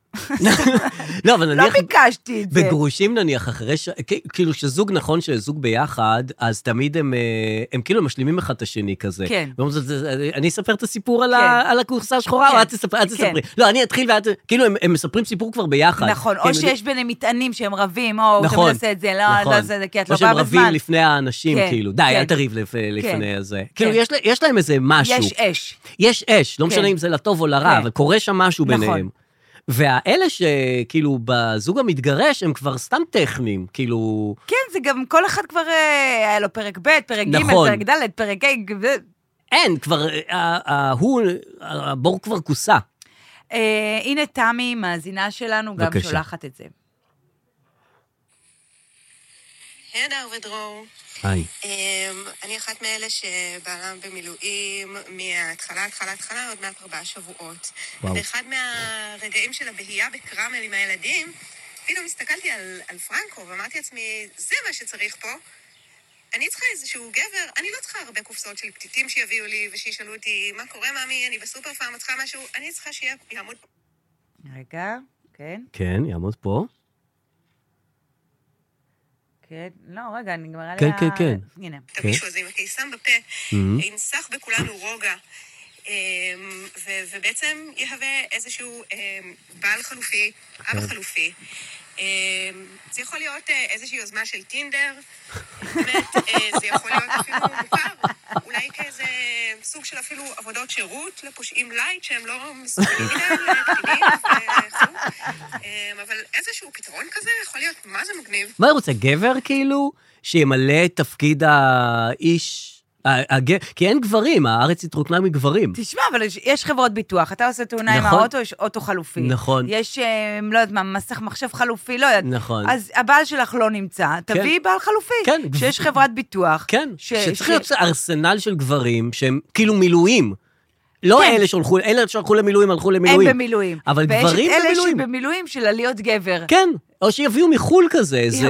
B: לא, אבל
C: לא
B: נניח...
C: ביקשתי את זה.
B: בגרושים נניח, אחרי ש... כ- כאילו שזוג נכון שזוג ביחד, אז תמיד הם, אה, הם כאילו משלימים אחד את השני כזה.
C: כן.
B: ואומרים, "זה- זה- אני אספר את הסיפור על,
C: כן.
B: ה... על הכורסה השחורה,
C: כן.
B: או את תספרי, את
C: כן.
B: תספרי. לא, אני אתחיל ואת... כאילו, הם, הם מספרים סיפור כבר ביחד.
C: נכון,
B: כי
C: או
B: הם יודעים-
C: שיש ביניהם מטענים שהם רבים, או אתה
B: כן, נכון,
C: מנסה את זה, לא,
B: נכון.
C: לא זה, זה, כי את לא
B: או שהם
C: באה
B: רבים
C: בזמן.
B: לפני האנשים,
C: כן,
B: כאילו, די,
C: כן.
B: אל תריב לפ... לפני הזה. כאילו, יש, לה- יש להם איזה משהו.
C: יש אש.
B: יש אש, לא
C: כן.
B: משנה אם זה לטוב או לרע,
C: כן.
B: אבל קורה שם משהו
C: נכון.
B: ביניהם. והאלה שכאילו בזוג המתגרש, הם כבר סתם טכניים, כאילו...
C: כן, זה גם, כל אחד כבר, אה, היה לו פרק ב', פרק ג',
B: נכון.
C: פרק ד', פרק ה', ו-
B: אין, כבר, אה, אה, הוא, אה, הבור כבר כוסה.
C: אה, הנה תמי, מאזינה שלנו, גם
B: בבקשה.
C: שולחת את זה.
E: היי הדר ודרור.
B: היי.
E: אמ, אני אחת מאלה שבעלם במילואים מההתחלה, התחלה, התחלה, עוד מעט ארבעה שבועות.
B: וואו.
E: באחד מהרגעים של הבהייה בקרמל עם הילדים, פתאום הסתכלתי על, על פרנקו ואמרתי לעצמי, זה מה שצריך פה. אני צריכה איזשהו גבר, אני לא צריכה הרבה קופסאות של פתיתים שיביאו לי ושישאלו אותי, מה קורה ממי, אני בסופר פעם, את צריכה משהו, אני צריכה שיעמוד
C: רגע, כן,
B: כן, יעמוד פה.
C: כן. לא, רגע, נגמרה לי
B: כן,
C: ה...
B: כן, כן.
C: הנה.
E: את המישהו הזה עם הקיסם בפה, ינסח בכולנו רוגע, אמ, ו- ובעצם יהווה איזשהו אמ, בעל חלופי, אבא חלופי. אמ, זה יכול להיות אה, איזושהי יוזמה של טינדר, באמת, אה, זה יכול להיות אפילו מוכר, אולי כאיזה סוג של אפילו עבודות שירות לפושעים לייט שהם לא מסוגלים מדי, לקטינים וכו', אמ, אבל איזשהו פתרון כזה יכול להיות מה זה מגניב.
B: מה הוא רוצה, גבר כאילו? שימלא את תפקיד האיש ה- הג- כי אין גברים, הארץ התרוקנה מגברים.
C: תשמע, אבל יש- יש חברות ביטוח, אתה עושה תאונה עם
B: נכון.
C: האוטו, יש אוטו חלופי.
B: נכון.
C: יש, אה, לא יודעת מה, מסך מחשב חלופי, לא יודעת.
B: נכון.
C: אז הבעל שלך לא נמצא, תביאי בעל חלופי.
B: כן.
C: שיש חברת ביטוח.
B: כן,
C: ש-
B: שצריך
C: ש-
B: להיות ארסנל של גברים שהם כאילו מילואים. לא
C: כן.
B: אלה שהלכו, אלה שהלכו למילואים, הלכו
C: הם
B: למילואים.
C: במילואים.
B: אבל
C: ויש
B: גברים
C: את אלה
B: במילואים.
C: שבמילואים של עליות גבר.
B: כן, או שיביאו מחו"ל כזה, איזה...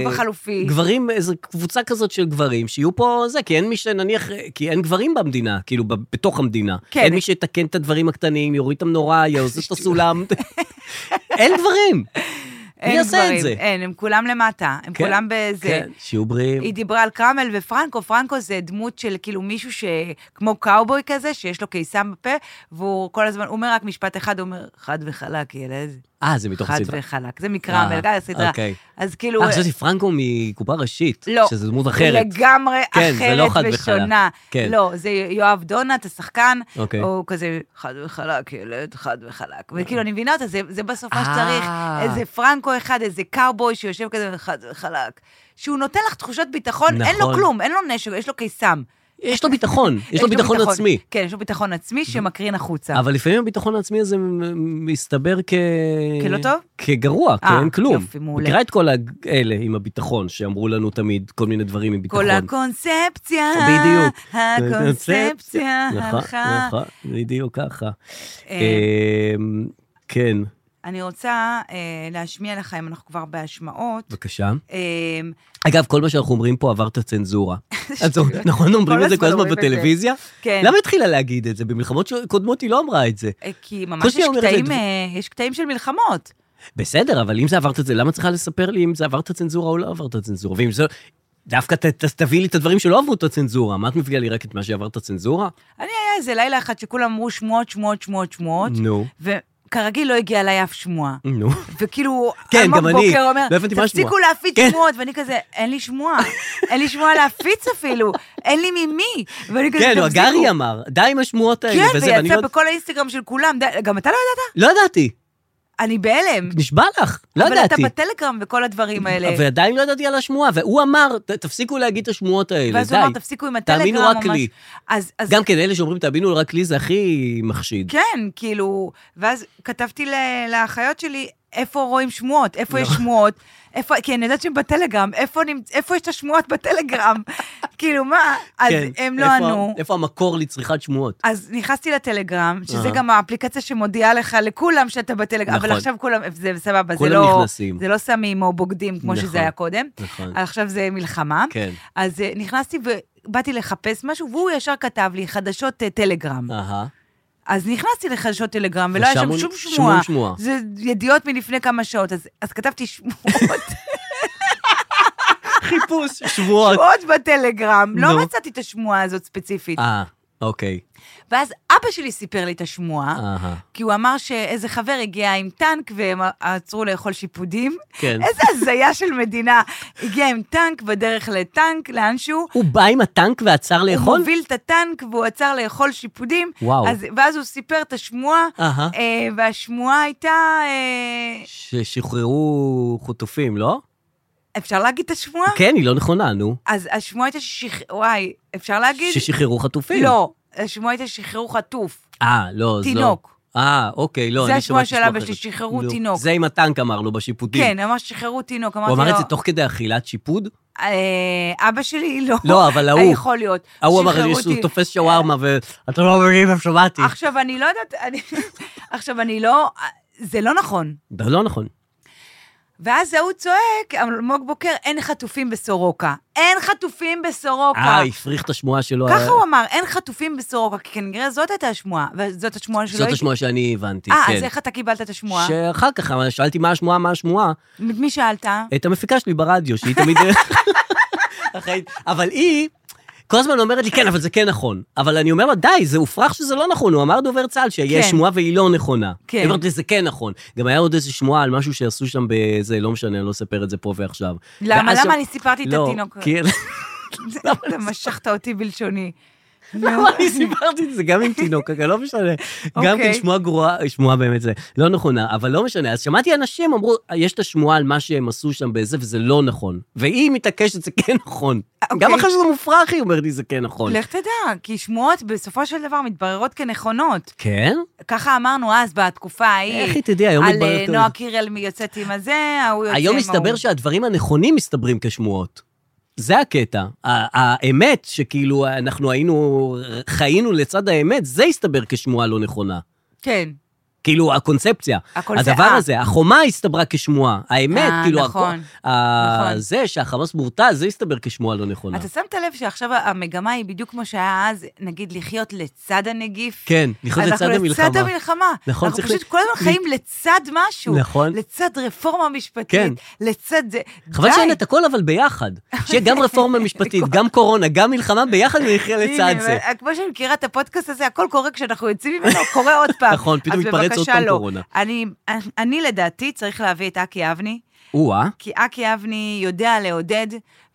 C: גבר חלופי.
B: גברים, איזו קבוצה כזאת של גברים, שיהיו פה זה, כי אין מי שנניח, כי אין גברים במדינה, כאילו, ב- בתוך המדינה.
C: כן.
B: אין מי שיתקן את הדברים הקטנים, יוריד את המנורה, יעוזב את הסולם. אין גברים. מי
C: אין
B: יעשה
C: גברים,
B: את זה?
C: אין, הם כולם למטה, הם
B: כן,
C: כולם בזה.
B: כן, שיהיו בריאים.
C: היא דיברה על קרמל ופרנקו, פרנקו זה דמות של כאילו מישהו שכמו קאובוי כזה, שיש לו קיסם בפה, והוא כל הזמן, הוא אומר רק משפט אחד, הוא אומר, חד וחלק, ילד.
B: אה, זה מתוך
C: חד
B: הסדרה.
C: וחלק, זה מקרמל,
B: אה,
C: גם הסדרה.
B: אוקיי.
C: אז כאילו...
B: אה, חשבתי פרנקו מקופה ראשית.
C: לא.
B: שזו דמות אחרת.
C: לגמרי
B: כן, זה לא
C: אחרת
B: חד וחלק.
C: ושונה.
B: כן.
C: לא, זה יואב דונת, השחקן,
B: אוקיי.
C: הוא כזה חד וחלק, ילד, חד וחלק. וכאילו, אני מבינה אותה, זה- זה בסוף מה שצריך.
B: אה.
C: איזה פרנקו אחד, איזה קאובוי שיושב כזה חד וחלק. שהוא נותן לך תחושת ביטחון, אין לו
B: נכון.
C: כלום, אין לו נשק, יש לו קיסם.
B: יש לו ביטחון, יש לו ביטחון עצמי.
C: כן, יש לו ביטחון עצמי שמקרין החוצה.
B: אבל לפעמים הביטחון העצמי הזה מ- מסתבר כ...
C: כלא טוב?
B: כגרוע,
C: אה,
B: כאין כלום.
C: יופי, מעולה.
B: מכירה את כל האלה עם הביטחון, שאמרו לנו תמיד כל מיני דברים עם ביטחון. אה,
C: כל הקונספציה,
B: בדיוק.
C: הקונספציה
B: נכון,
C: הלכה.
B: נכון, בדיוק ככה.
C: אה,
B: אמ, כן,
C: אני רוצה אה, להשמיע לך, אם אנחנו כבר בהשמעות.
B: בבקשה.
C: אה,
B: אגב, כל מה שאנחנו אומרים פה עבר את הצנזורה. את זו- נכון, אומרים את זה
C: הזמן
B: כל הזמן
C: אומרים את זה.
B: בטלוויזיה?
C: כן.
B: למה היא התחילה להגיד את זה? במלחמות קודמות היא לא אמרה את זה.
C: אה, כי ממש
B: חושי
C: יש
B: אומרת את
C: קטעים,
B: זה.
C: אה, יש קטעים של מלחמות.
B: בסדר, אבל אם זה עברת את זה, למה צריכה לספר לי אם זה עבר את הצנזורה או לא עבר את הצנזורה? ואם זה... דווקא ת, ת, תביאי לי את הדברים שלא עברו את הצנזורה. מה את מביאה לי רק את מה שעבר את הצנזורה?
C: אני, היה איזה לילה אחד שכולם אמרו שמועות, שמועות, שמועות, שמועות,
B: נו.
C: וכרגיל לא הגיעה אליי אף שמועה.
B: נו.
C: וכאילו,
B: כן,
C: אלמוג
B: גם אני.
C: בוקר אומר,
B: לא הבנתי מה
C: תפסיקו
B: השמועה."
C: להפיץ
B: כן.
C: שמועות, ואני כזה, אין לי שמועה, אין לי שמועה להפיץ אפילו, אין לי ממי. ואני כזה,
B: כן,
C: "תפסיקו."
B: נו, הגרי אמר, די עם השמועות האלה.
C: כן,
B: וזה, ואני
C: ויצא
B: לא-
C: בכל האינסטגרם של כולם, די- גם אתה לא ידעת?
B: לא ידעתי,
C: אני בהלם.
B: נשבע לך, לא
C: אבל אתה
B: ידעתי.
C: בטלגרם וכל הדברים האלה.
B: ועדיין לא ידעתי על השמועה, והוא אמר, "ת- תפסיקו להגיד את השמועות האלה, די.
C: ואז הוא אמר, תפסיקו עם הטלגרם.
B: תאמינו רק
C: ממש."
B: לי.
C: אז, אז
B: גם כן, אלה שאומרים, תאמינו רק לי, זה הכי מחשיד.
C: כן, כאילו, ואז כתבתי ל- לאחיות שלי, איפה רואים שמועות, איפה
B: לא.
C: יש שמועות, איפה, כי אני יודעת שהן בטלגרם, איפה, נמצ... איפה יש את השמועות בטלגרם? כאילו, מה? אז
B: כן,
C: הם לא
B: איפה-
C: ענו.
B: איפה המקור לצריכת שמועות?
C: אז נכנסתי לטלגרם, שזה
B: אהה.
C: גם האפליקציה שמודיעה לך, לכולם שאתה בטלגרם, אבל
B: נכון.
C: עכשיו כולם, זה סבבה, זה
B: כולם
C: לא,
B: נכנסים.
C: זה לא סמים או בוגדים כמו
B: נכון.
C: שזה היה קודם,
B: נכון.
C: עכשיו זה מלחמה.
B: כן.
C: אז אה, נכנסתי ובאתי לחפש משהו, והוא ישר כתב לי חדשות אה, טלגרם.
B: אהה.
C: אז נכנסתי לחדשות טלגרם, ולא היה
B: ושם
C: שם
B: הוא-
C: שום
B: שום
C: שמועה.
B: שמועה.
C: זה ידיעות מלפני כמה שעות, אז, אז כתבתי שמועות,
B: חיפוש, שבועות.
C: שמועות בטלגרם,
B: נו.
C: לא מצאתי את השמועה הזאת ספציפית.
B: אה, אוקיי.
C: ואז אבא שלי סיפר לי את השמועה,
B: אהה.
C: כי הוא אמר שאיזה חבר הגיע עם טנק והם עצרו לאכול שיפודים.
B: כן.
C: איזה הזיה של מדינה. הגיע עם טנק בדרך לטנק, לאנשהו.
B: הוא בא עם הטנק ועצר
C: הוא
B: לאכול?
C: מוביל את הטנק והוא עצר לאכול שיפודים.
B: וואו.
C: אז, ואז הוא סיפר את השמועה,
B: אהה.
C: אה, והשמועה הייתה... אה,
B: ששחררו חטופים, לא?
C: אפשר להגיד את השמועה?
B: כן, היא לא נכונה, נו.
C: אז השמועה הייתה ששחררו, וואי, אפשר להגיד?
B: ששחררו חטופים.
C: לא, השמועה הייתה ששחררו חטוף.
B: אה, לא, זו.
C: תינוק.
B: אה, אוקיי, לא,
C: זה
B: אני
C: השמועה
B: שמעתי
C: של
B: שמועה
C: אבא
B: אחרת.
C: שלי, שחררו
B: נו,
C: תינוק.
B: זה עם הטנק אמר לו בשיפוטים.
C: כן, אמר שחררו תינוק, אמרתי לא.
B: הוא
C: לו...
B: אמר את זה תוך כדי אכילת שיפוד?
C: אה, אבא שלי, לא.
B: לא, אבל ההוא.
C: יכול להיות.
B: ההוא אמר,
C: שחררו
B: שהוא
C: אותי.
B: תופס שווארמה, ואתם לא מבינים איפה שמעתי.
C: עכשיו, אני לא יודעת, אני- עכשיו, אני לא... זה לא נכון.
B: זה לא נכון.
C: ואז ההוא צועק, אלמוג בוקר, אין חטופים בסורוקה. אין חטופים בסורוקה.
B: אה, הפריך את השמועה שלו.
C: ככה הוא אמר, אין חטופים בסורוקה, כי כנראה זאת הייתה השמועה, וזאת השמועה שלא...
B: זאת
C: הייתי-
B: השמועה שאני הבנתי, כן.
C: אה, אז איך אתה קיבלת את השמועה?
B: שאחר כך אבל שאלתי מה השמועה, מה השמועה,
C: מ- מי שאלת?
B: את המפיקה שלי ברדיו, שהיא תמיד... אחראית. אבל היא... כל הזמן אומרת לי, כן, אבל זה כן נכון. אבל אני אומר לה, די, זה הופרך שזה לא נכון. הוא אמר דובר צה"ל שיש
C: כן.
B: שמועה והיא לא נכונה.
C: כן.
B: היא אומרת לי, זה כן נכון. גם היה עוד איזו שמועה על משהו שעשו שם באיזה, לא משנה, אני לא אספר את זה פה ועכשיו.
C: למה?
B: ואז
C: למה
B: שם-
C: אני סיפרתי את
B: לא,
C: התינוק?
B: כן.
C: אתה משכת אותי בלשוני.
B: למה אני סיפרתי את זה? גם עם תינוק, אגב, לא משנה. גם כן
C: אוקיי.
B: שמועה גרועה, שמועה באמת זה, לא נכונה, אבל לא משנה. אז שמעתי אנשים אמרו, יש את השמועה על מה שהם עשו שם בזה, וזה לא נכון. והיא מתעקשת, זה כן נכון. גם אחרי שזה מופרך, היא אומרת לי, זה כן נכון.
C: אוקיי. לך תדע, כי שמועות בסופו של דבר מתבררות כנכונות.
B: כן?
C: ככה אמרנו אז, בתקופה ההיא.
B: איך היא תדעי, היום
C: אה, על
B: מתברר
C: אה,
B: כל
C: נועה
B: זה.
C: קירל מי יוצאת עם הזה, ההוא יוצא עם ההוא.
B: היום מסתבר שהדברים הנכונים מסתברים כשמועות. זה הקטע. ה- האמת, שכאילו אנחנו היינו, חיינו לצד האמת, זה הסתבר כשמועה לא נכונה.
C: כן.
B: כאילו, הקונספציה.
C: הכל זה
B: הדבר
C: אה.
B: הזה, החומה הסתברה כשמועה. האמת,
C: אה,
B: כאילו,
C: נכון,
B: הכ- ה-
C: נכון.
B: זה שהחמאס מורתע, זה הסתבר כשמועה לא נכונה.
C: אתה שמת לב שעכשיו המגמה היא בדיוק כמו שהיה אז, נגיד, לחיות לצד הנגיף?
B: כן, לחיות לצד המלחמה.
C: אנחנו לצד המלחמה.
B: נכון,
C: אנחנו
B: צריך
C: פשוט
B: ל-
C: כל הזמן
B: ל-
C: חיים לצד משהו.
B: נכון.
C: לצד רפורמה
B: כן.
C: משפטית. לצד זה.
B: חבל
C: די.
B: שאין את הכל, אבל ביחד. שיהיה גם רפורמה משפטית, גם קורונה, גם מלחמה, ביחד ונחיה לצד
C: הנה,
B: זה.
C: אבל כמו שאני מכירה את הפודקאסט הזה, הכל קורה כשאנחנו יוצאים ממנו, קורה עוד פעם.
B: נכון, פתאום
C: אז
B: מתפרץ עוד
C: בבקשה,
B: פעם
C: לא.
B: קורונה.
C: אני- אני לדעתי צריך להביא את אקי אבני,
B: או-אה.
C: כי אקי אבני יודע לעודד,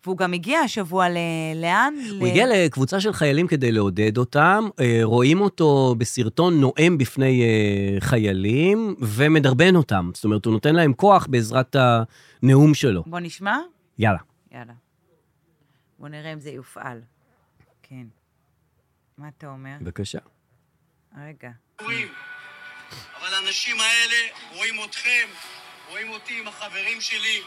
C: והוא גם הגיע השבוע ל... לאן?
B: הוא הגיע לקבוצה של חיילים כדי לעודד אותם, אה, רואים אותו בסרטון נואם בפני אה, חיילים ומדרבן אותם. זאת אומרת, הוא נותן להם כוח בעזרת הנאום שלו.
C: בוא נשמע?
B: יאללה.
C: יאללה. בוא נראה אם זה יופעל. כן. מה אתה אומר?
B: בבקשה.
C: רגע.
F: רואים. אבל האנשים האלה רואים אתכם, רואים אותי עם החברים שלי,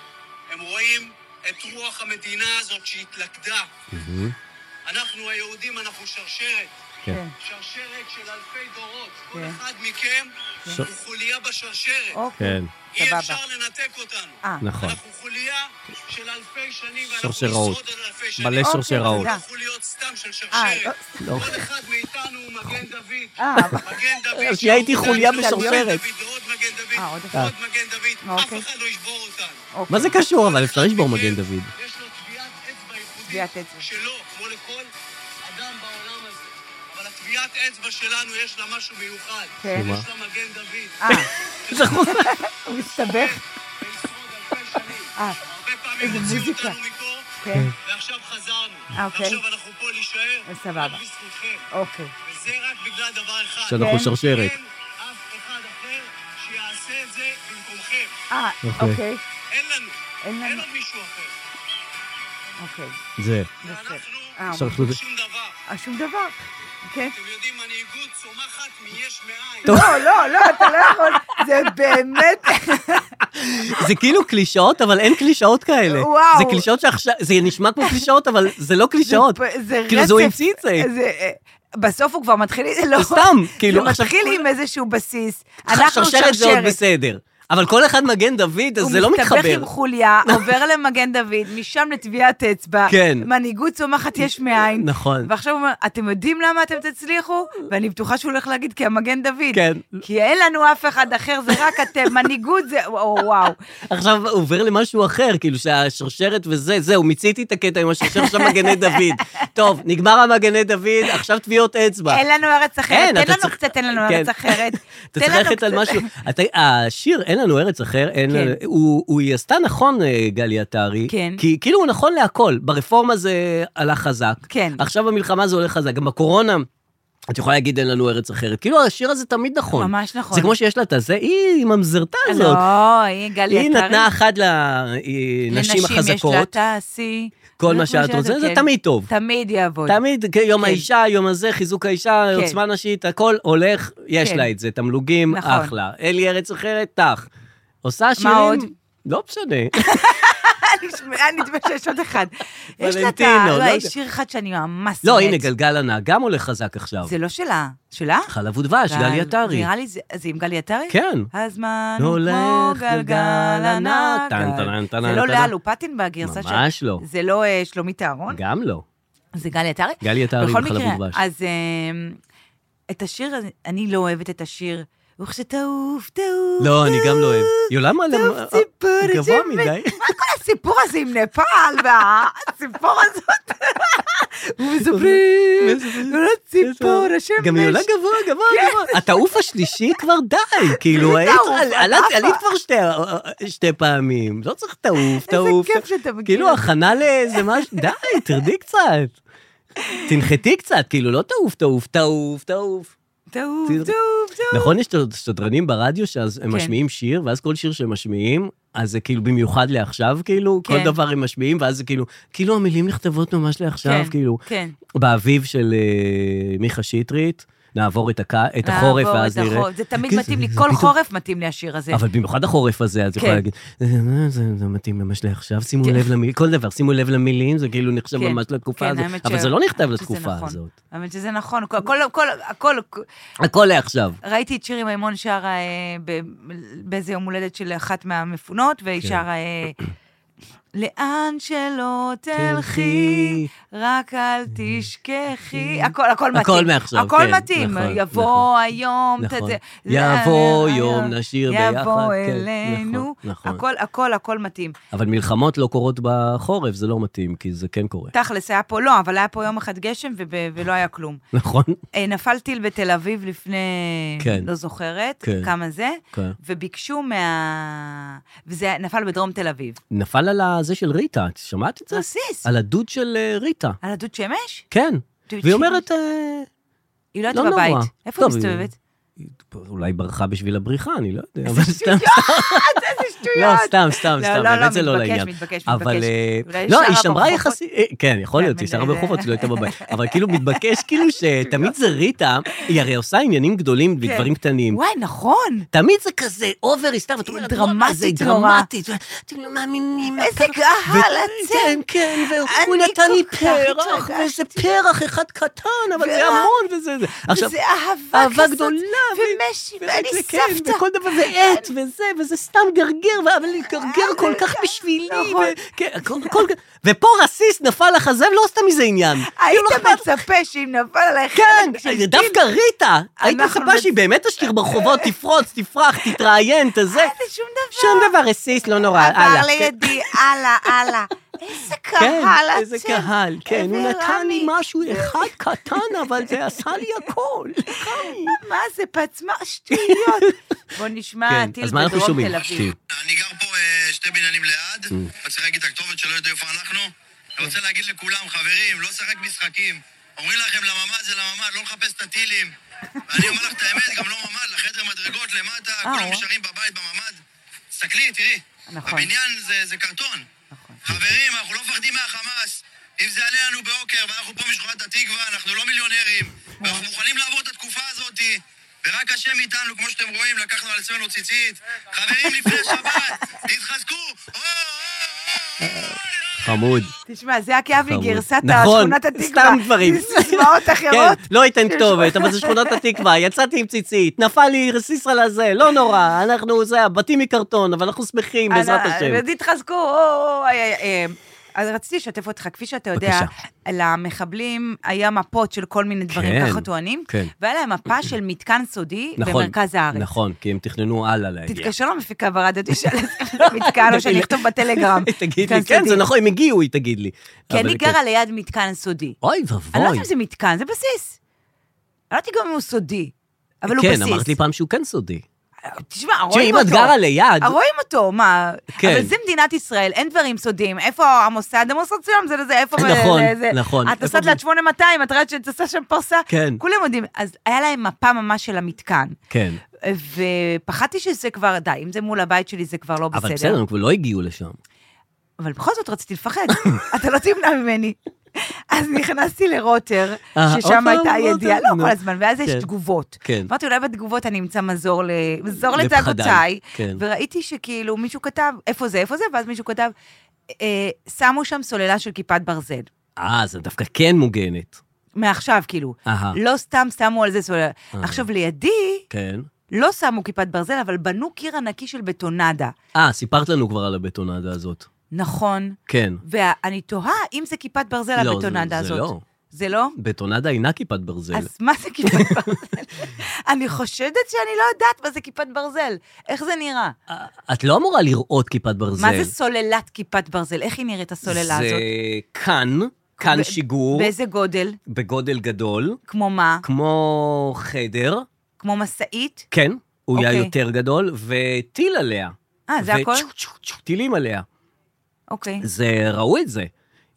F: הם רואים את רוח המדינה הזאת שהתלכדה.
A: Mm-hmm.
F: אנחנו היהודים, אנחנו שרשרת.
C: כן.
F: שרשרת של אלפי דורות. כל
C: כן.
F: אחד מכם הוא חוליה בשרשרת.
B: כן.
C: אוקיי.
F: אי
C: סבבה.
F: אפשר לנתק אותנו.
C: אה.
B: נכון.
F: אנחנו חוליה של אלפי שנים, ואנחנו
A: שרשראות.
F: נשרוד על אלפי שנים.
A: מלא
C: אוקיי,
A: שרשראות.
C: תודה.
F: חוליות סתם של
C: אה,
F: שרשרת. כל אחד מאיתנו הוא מגן דוד.
C: אה,
F: מגן דוד.
B: שנייה, הייתי חוליה
F: שעוד מגן
B: בשרשרת.
F: דוד, ועוד מגן דוד,
C: אה, עוד אחד.
F: ועוד מגן דוד. אף
C: אוקיי.
F: אחד לא ישבור אותנו. כן,
C: אוקיי.
B: מה זה קשור? אבל אפשר לשבור מגן דוד.
F: יש לו טביעת אצבע
C: טביעת
F: ייחודית
C: אצבע.
F: שלו, כמו לכל אדם בעולם הזה. אבל הטביעת אצבע שלנו יש לה משהו מיוחד.
C: כן.
B: שמה?
F: יש לה מגן דוד.
C: אה,
B: זה חוזר.
C: הוא מסתבך.
F: זה ישרוד אלפי שנים.
C: אה,
F: הרבה פעמים
C: איזה
F: הוציאו
C: מוזיקה.
F: אותנו מפה,
C: כן.
F: ועכשיו חזרנו.
C: אה, אוקיי.
F: ועכשיו אנחנו פה להישאר.
C: אז סבבה.
F: רק בזכותכם.
C: אוקיי.
F: וזה רק בגלל דבר אחד.
B: שאנחנו
C: כן.
B: שרשרת.
F: אין אף אחד אחר שיעשה את זה במקומכם.
C: אה,
B: אוקיי.
C: אוקיי.
F: אין לנו.
C: אין
F: אין
C: לנו.
F: עוד מישהו אחר.
C: אוקיי.
B: זה.
C: אה,
F: ואנחנו
B: עכשיו אנחנו-
F: שום דבר.
C: אה, שום דבר. כן.
F: אתם יודעים, מנהיגות צומחת מיש מאין.
C: לא, לא, לא, אתה לא יכול. זה באמת...
B: זה כאילו קלישאות, אבל אין קלישאות כאלה.
C: וואו.
B: זה קלישאות שעכשיו, זה נשמע כמו קלישאות, אבל זה לא קלישאות.
C: זה פ- זה רצף.
B: כאילו, זה הוא המציא את זה.
C: זה, אה, בסוף הוא כבר מתחיל... לא,
B: סתם, כאילו,
C: זה
B: עכשיו
C: מתחיל
B: כל-
C: עם איזשהו בסיס. אנחנו
B: שרשרת זה עוד
C: שרשרת.
B: בסדר. אבל כל אחד מגן דוד, אז זה לא
C: הוא מסתבך
B: מתחבר.
C: עם חוליה, עובר למגן דוד, משם לטביעת אצבע.
B: כן.
C: מנהיגות צומחת יש מאין.
B: נכון.
C: ועכשיו הוא אומר, אתם יודעים למה אתם תצליחו? ואני בטוחה שהוא הולך להגיד, כי המגן דוד.
B: כן.
C: כי אין לנו אף אחד אחר, זה רק אתם, מנהיגות זה... או, וואו.
B: עכשיו הוא עובר למשהו אחר, כאילו שהשרשרת וזה, זהו, מיציתי את הקטע עם השרשרת של מגני דוד. טוב, נגמר המגני דוד, עכשיו טביעות אצבע.
C: אין לנו ארץ
B: אין,
C: אחרת.
B: אתה
C: תן לנו
B: צריך-
C: קצת, אין לנו
B: כן.
C: ארץ אחרת.
B: אתה
C: תן
B: צריך
C: לנו
B: ללכת על
C: קצת-
B: משהו, אתה- השיר אין לנו ארץ אחר, אין
C: כן.
B: לנו, הוא- הוא- היא עשתה נכון אה, גלי עטרי,
C: כן.
B: כי כאילו הוא נכון להכל, ברפורמה זה הלך חזק,
C: כן.
B: עכשיו במלחמה זה הולך חזק, גם בקורונה, את יכולה להגיד אין לנו ארץ אחרת, כאילו השיר הזה תמיד נכון,
C: ממש נכון.
B: זה כמו שיש לה את הזה, היא ממזרתה הזאת,
C: לא, היא גלי
B: היא
C: עטרי.
B: נתנה אחת לנשים
C: לנשים יש לה
B: החזקות,
C: תעשי.
B: כל מה שאת רוצה, זה תמיד טוב.
C: כן. תמיד יעבוד.
B: תמיד, כן, יום
C: כן.
B: האישה, יום הזה, חיזוק האישה,
C: כן.
B: עוצמה נשית, הכל הולך, יש
C: כן.
B: לה את זה, תמלוגים,
C: נכון.
B: אחלה. אין לי ארץ אחרת, תח. עושה שירים...
C: עוד?
B: לא משנה.
C: נשמע- נדמה שיש עוד אחד. יש לה את
B: ולנטינו,
C: ה...
B: לא
C: לא,
B: יודע.
C: יש שיר אחד שאני ממש
B: לא,
C: שונאת.
B: הנה, גלגל ענק, גם הולך חזק עכשיו.
C: זה לא שלה. שלה?
B: חלב ודבש, גלי עטרי.
C: נראה לי, זה זה עם גלי עטרי?
B: כן.
C: הזמן הוא כמו
B: הולך
C: גלגל ענק.
B: טן, טן, טן,
C: זה
B: טן,
C: לא לאה
B: טן.
C: לופטין בגרסה של...
B: ממש לא.
C: זה לא אה, שלומית אהרון?
B: גם לא.
C: זה גלי עטרי?
B: גלי עטרי
C: בכל
B: עם חלב
C: מקרה,
B: ודבש.
C: אז אמ, את השיר הזה, אני לא אוהבת את השיר. וכשתעוף, תעוף,
B: לא, אני גם לא אוהב.
C: תעוף,
B: יו, למה? למה-
C: טוב, ציפורת
B: גבוה
C: שמש.
B: מדי.
C: מה כל הסיפור הזה עם נפאל והציפור הזאת? ומספרים, על הציפור לא השמש. כן.
B: גם היא עולה גבוה, גבוה, גבוה. התעוף השלישי כבר די, כאילו, היית-
C: תעוף,
B: על-
C: את
B: עלית
C: עפה.
B: עלית כבר שתי- שתי פעמים, לא צריך תעוף, תעוף.
C: כיף שאתה מכיר
B: כאילו,
C: את זה.
B: הכנה לאיזה משהו, די, תרדי קצת. תנחתי קצת, כאילו, לא תעוף, תעוף, תעוף, תעוף.
C: טוב,
B: תראי.
C: טוב, טוב.
B: נכון, יש שוד- שודרנים ברדיו שהם
C: כן.
B: משמיעים שיר, ואז כל שיר שהם משמיעים, אז זה כאילו במיוחד לעכשיו, כאילו, כל
C: כן.
B: דבר הם משמיעים, ואז זה כאילו, כאילו המילים נכתבות ממש לעכשיו,
C: כן,
B: כאילו.
C: כן.
B: באביב של אה, מיכה שטרית, נעבור את, הק... את החורף,
C: לעבור
B: ואז
C: את
B: נראה...
C: החורף. אה, זה תמיד
B: כן,
C: מתאים לי,
B: זה- זה
C: כל
B: פתאום-
C: חורף מתאים לי השיר הזה.
B: אבל במיוחד החורף הזה, אז יכולה
C: כן.
B: להגיד, "זה- זה זה מתאים ממש לעכשיו, שימו
C: כן.
B: לב למילים, כל דבר, שימו לב למילים, זה כאילו נחשב
C: כן,
B: ממש לתקופה
C: כן,
B: הזאת,
C: האמת
B: אבל
C: ש-
B: זה לא נכתב
C: שזה
B: לתקופה
C: נכון.
B: הזאת.
C: האמת שזה נכון, כל- כל, כל, הכל,
B: הכל לעכשיו.
C: ראיתי את שירי מימון שרה אה, ב- באיזה יום הולדת של אחת מהמפונות, והיא
B: כן.
C: שרה... אה, לאן שלא תלכי, רק אל תשכחי. הכל, הכל מתאים.
B: הכל מעכשיו,
C: הכל
B: כן,
C: מתאים.
B: נכון,
C: יבוא היום,
B: נכון.
C: תזה-
B: יבוא
C: לאן-
B: יום, נשיר ביחד,
C: יבוא
B: כן,
C: אלינו.
B: נכון, נכון.
C: הכל, הכל, הכל מתאים.
B: אבל מלחמות לא קורות בחורף, זה לא מתאים, כי זה כן קורה.
C: תכלס, היה פה, לא, אבל היה פה יום אחד גשם וב- ולא היה כלום.
B: נכון?
C: אה, נפל טיל בתל אביב לפני,
B: כן.
C: לא זוכרת,
B: כן.
C: כמה זה,
B: כן.
C: וביקשו מה... וזה נפל בדרום תל אביב.
B: נפל על הזה של ריטה, את שמעת את זה?
C: רסיס.
B: אה. על הדוד של אה, ריטה,
C: על הדוד שמש?
B: כן.
C: דוד
B: והיא
C: שמש.
B: אומרת, אה,
C: היא לא הייתה
B: לא נורא.
C: בבית. איפה היא
B: טוב,
C: מסתובבת?
B: היא אולי ברחה בשביל הבריחה, אני לא יודע. אבל סתם,
C: איזה
B: לא,
C: שטויות!
B: סתם, סתם,
C: לא,
B: סתם,
C: לא,
B: באמת
C: לא,
B: זה לא
C: מתבקש,
B: לעניין.
C: מתבקש,
B: אבל...
C: מתבקש.
B: אה,
C: אולי
B: לא,
C: שרה
B: היא שמרה
C: ברחובות?
B: יחסית... אה, כן, יכול להיות, היא שרה
C: מדי-
B: ברחובות, היא לא הייתה בבית. אבל כאילו מתבקש, כאילו שתמיד זה ריטה, היא הרי עושה עניינים גדולים
C: כן.
B: ודברים קטנים.
C: וואי, נכון!
B: תמיד זה כזה אובר היסטר, ואתה אומר,
C: כאילו, דרמטית
B: זה
C: נורא."
B: דרמטית. אתם לא מאמינים.
C: איזה
B: כמה-
C: קהל
B: ו-
C: עצם.
B: כן, כן, והוא
C: אני
B: נתן לי
C: כל כך
B: פרח, וזה
C: התרגשתי.
B: פרח אחד קטן, אבל זה
C: ורק-
B: המון, וזה... זה. עכשיו,
C: זה אהבה
B: אהבה
C: כזאת,
B: גדולה, ו-
C: ומשי,
B: באמת,
C: ואני
B: זה כן,
C: סבתא.
B: וכל דבר, ועט, וזה, וזה סתם גרגר, ו- אבל גרגר כל כך בשבילי,
C: נכון.
B: ו- כן, הכל- הכל- ופה רסיס נפל לך זאב, לא עשתה מזה עניין. כאילו לא
C: היית
B: אכפת
C: מצפה שאם נפל עלייך...
B: כן,
C: חלק של
B: דווקא ריטה, היית
C: אנחנו
B: מצפה
C: בצ-
B: שהיא באמת תשאיר ברחובות, תפרוץ, תפרח, תתראיין, תזה.
C: מה זה שום דבר.
B: שום דבר רסיס, לא נורא, הלאה.
C: עבר
B: כן.
C: לידי, הלאה, הלאה. איזה
B: כן,
C: קהל עצם.
B: איזה קהל, כן, הוא נתן לי
C: ורמי.
B: משהו אחד קטן, אבל זה עשה לי הכל.
C: אה, מה זה פצמ"ר? שטויות. בוא
B: כן,
C: נשמע, טיל בדרום תל אביב.
F: אני גר פה אה, שתי בניינים ליד, אני צריך להגיד את הכתובת שלא יודע איפה אנחנו. אני רוצה להגיד לכולם, חברים, לא לשחק משחקים. אומרים לכם לממ"ד זה לממ"ד, לא לחפש את הטילים. ואני אומר לך את האמת, גם לא ממ"ד, לחדר מדרגות למטה, כולם
C: וואו.
F: נשארים בבית בממ"ד. תסתכלי, תראי.
C: נכון.
F: הבניין זה- זה קרטון.
B: נכון.
F: חברים, אנחנו לא מפחדים מהחמאס. אם זה יעלה לנו בעוקר, ואנחנו פה משכונת התקווה, אנחנו לא מיליונרים,
B: נכון.
F: ואנחנו מוכנים לעבור את התקופה הזאת, ורק השם איתנו, כמו שאתם רואים, לקחנו על עצמנו ציצית. חברים, לפני שבת, תתחזקו! או, או, או, או.
B: חמוד.
C: תשמע, זה הכאב לי
B: חמוד.
C: גרסת
B: נכון,
C: שכונת התקווה.
B: סתם דברים.
C: סיסמאות אחרות.
B: כן, לא אתן כתובת, אבל זה שכונת התקווה, יצאתי עם ציצית, נפל לי רסיס על הזה, לא נורא, אנחנו, זה, הבתים מקרטון, אבל אנחנו שמחים, בעזרת
C: אנא,
B: השם.
C: ותתחזקו, או, או, או, איי, איי, איי. אז רציתי לשתף אותך, כפי שאתה יודע,
B: בבקשה.
C: למחבלים היה מפות של כל מיני דברים,
B: כן,
C: ככה טוענים,
B: כן.
C: והיה להם מפה של מתקן סודי
B: נכון,
C: במרכז הארץ.
B: נכון, כי הם תכננו הלאה להגיע.
C: תתקשר למפיקה ברדיו, תשאל איזה מתקן, או שאני אכתוב בטלגרם.
B: תגיד לי,
C: מתקן
B: כן, זה
C: סודי.
B: נכון, הם הגיעו, היא תגיד לי.
C: כי
B: אבל
C: אני
B: כן.
C: גרה ליד מתקן סודי.
B: אוי
C: אני לא יודעת
B: ואבוי.
C: אם זה מתקן, זה בסיס. אני לא יודעת גם אם הוא סודי, אבל הוא
B: כן,
C: בסיס.
B: אמרת לי פעם שהוא כן סודי.
C: תשמע, רואים אותו.
B: תשמעי, אם את גרה ליד...
C: רואים אותו, מה?
B: כן.
C: אבל זה מדינת ישראל, אין דברים סודיים. איפה המוסד? המוסד מסוים זה לזה, איפה...
B: נכון,
C: זה-
B: נכון.
C: את
B: איפה
C: נוסעת
B: זה-
C: ליד 8200, את ראית שאת עושה שם פרסה?
B: כן.
C: כולם יודעים. אז היה להם מפה ממש של המתקן.
B: כן.
C: ופחדתי שזה כבר, די, אם זה מול הבית שלי זה כבר לא בסדר.
B: אבל בסדר, הם כבר לא הגיעו לשם.
C: אבל בכל זאת רציתי לפחד, אתה לא תמנע ממני. אז נכנסתי לרוטר,
B: אה, עוד
C: ששם
B: פעם
C: הייתה
B: רוטר?
C: הידיעה, לא
B: נו.
C: כל הזמן, ואז יש
B: כן.
C: תגובות.
B: כן.
C: אמרתי, אולי בתגובות אני אמצא מזור ל- מזור
B: לפחדיי,
C: לצעקותיי,
B: כן.
C: וראיתי שכאילו מישהו כתב, איפה זה, איפה זה, ואז מישהו כתב, אה, שמו שם סוללה של כיפת ברזל.
B: אה, זה דווקא כן מוגנת.
C: מעכשיו, כאילו.
B: אהה.
C: לא סתם שמו על זה סוללה.
B: אה.
C: עכשיו, לידי
B: כן.
C: לא שמו כיפת ברזל, אבל בנו קיר ענקי של בטונדה.
B: אה, סיפרת לנו כבר על הבטונדה הזאת.
C: נכון.
B: כן.
C: ואני תוהה אם זה כיפת ברזל,
B: לא, זה-
C: הבטונדה
B: זה
C: הזאת.
B: לא.
C: זה לא?
B: בטונדה אינה כיפת ברזל.
C: אז מה זה כיפת ברזל? אני חושדת שאני לא יודעת מה זה כיפת ברזל. איך זה נראה?
B: אה, את לא אמורה לראות כיפת ברזל.
C: מה זה סוללת כיפת ברזל? איך היא נראית, הסוללה
B: זה
C: הזאת?
B: כאן, כאן
C: ב-
B: שיגור,
C: באיזה גודל?
B: בגודל גדול,
C: כמו מה?
B: כמו חדר,
C: כמו משאית?
B: כן, הוא היה
C: אוקיי.
B: יותר גדול, וטיל עליה.
C: אה, זה הכל?
B: וצ'ו, צ'ו, צ'ו, טילים עליה.
C: אוקיי.
B: זה, ראו את זה.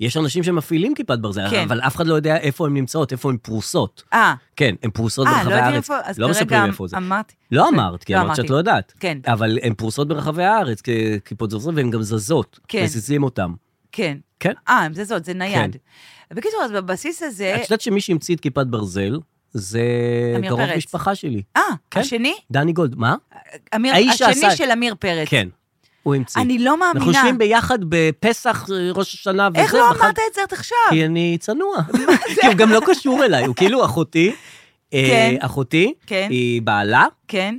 B: יש אנשים שמפעילים כיפת ברזל,
C: כן.
B: אבל אף אחד לא יודע איפה הן נמצאות, איפה הן פרוסות.
C: אה,
B: כן, הן פרוסות
C: אה, לא
B: ברחבי
C: יודעים
B: הארץ.
C: איפה, אז
B: לא
C: כרגע אמ-
B: מספרים איפה זה.
C: אמרתי.
B: לא אמרת, כי
C: לא
B: אמרת שאת
C: אמרתי.
B: לא יודעת.
C: כן.
B: אבל הן פרוסות ברחבי הארץ, כ- כיפות זרזיר, והן גם זזות.
C: כן.
B: מזיזים אותן.
C: כן.
B: כן.
C: אה, זה זאת, זה נייד. בקיצור, אז בבסיס הזה...
B: אה, את יודעת שמי שהמציא את כיפת ברזל, זה
C: אה- עמיר
B: קרוב
C: פרץ.
B: משפחה שלי.
C: אה,
B: כן.
C: השני?
B: דני גולד, מה?
C: אמיר,
B: האיש שעשה-
C: השני של עמיר פרץ.
B: כן, הוא המציא.
C: אני לא מאמינה.
B: אנחנו יושבים ביחד בפסח, אה, ראש השנה וזה.
C: איך לא
B: ואחר-
C: אמרת את זה עד עכשיו?
B: כי אני צנוע. כי הוא גם לא קשור אליי, הוא כאילו אחותי. אה,
C: כן.
B: אחותי,
C: כן.
B: היא בעלה,
C: כן.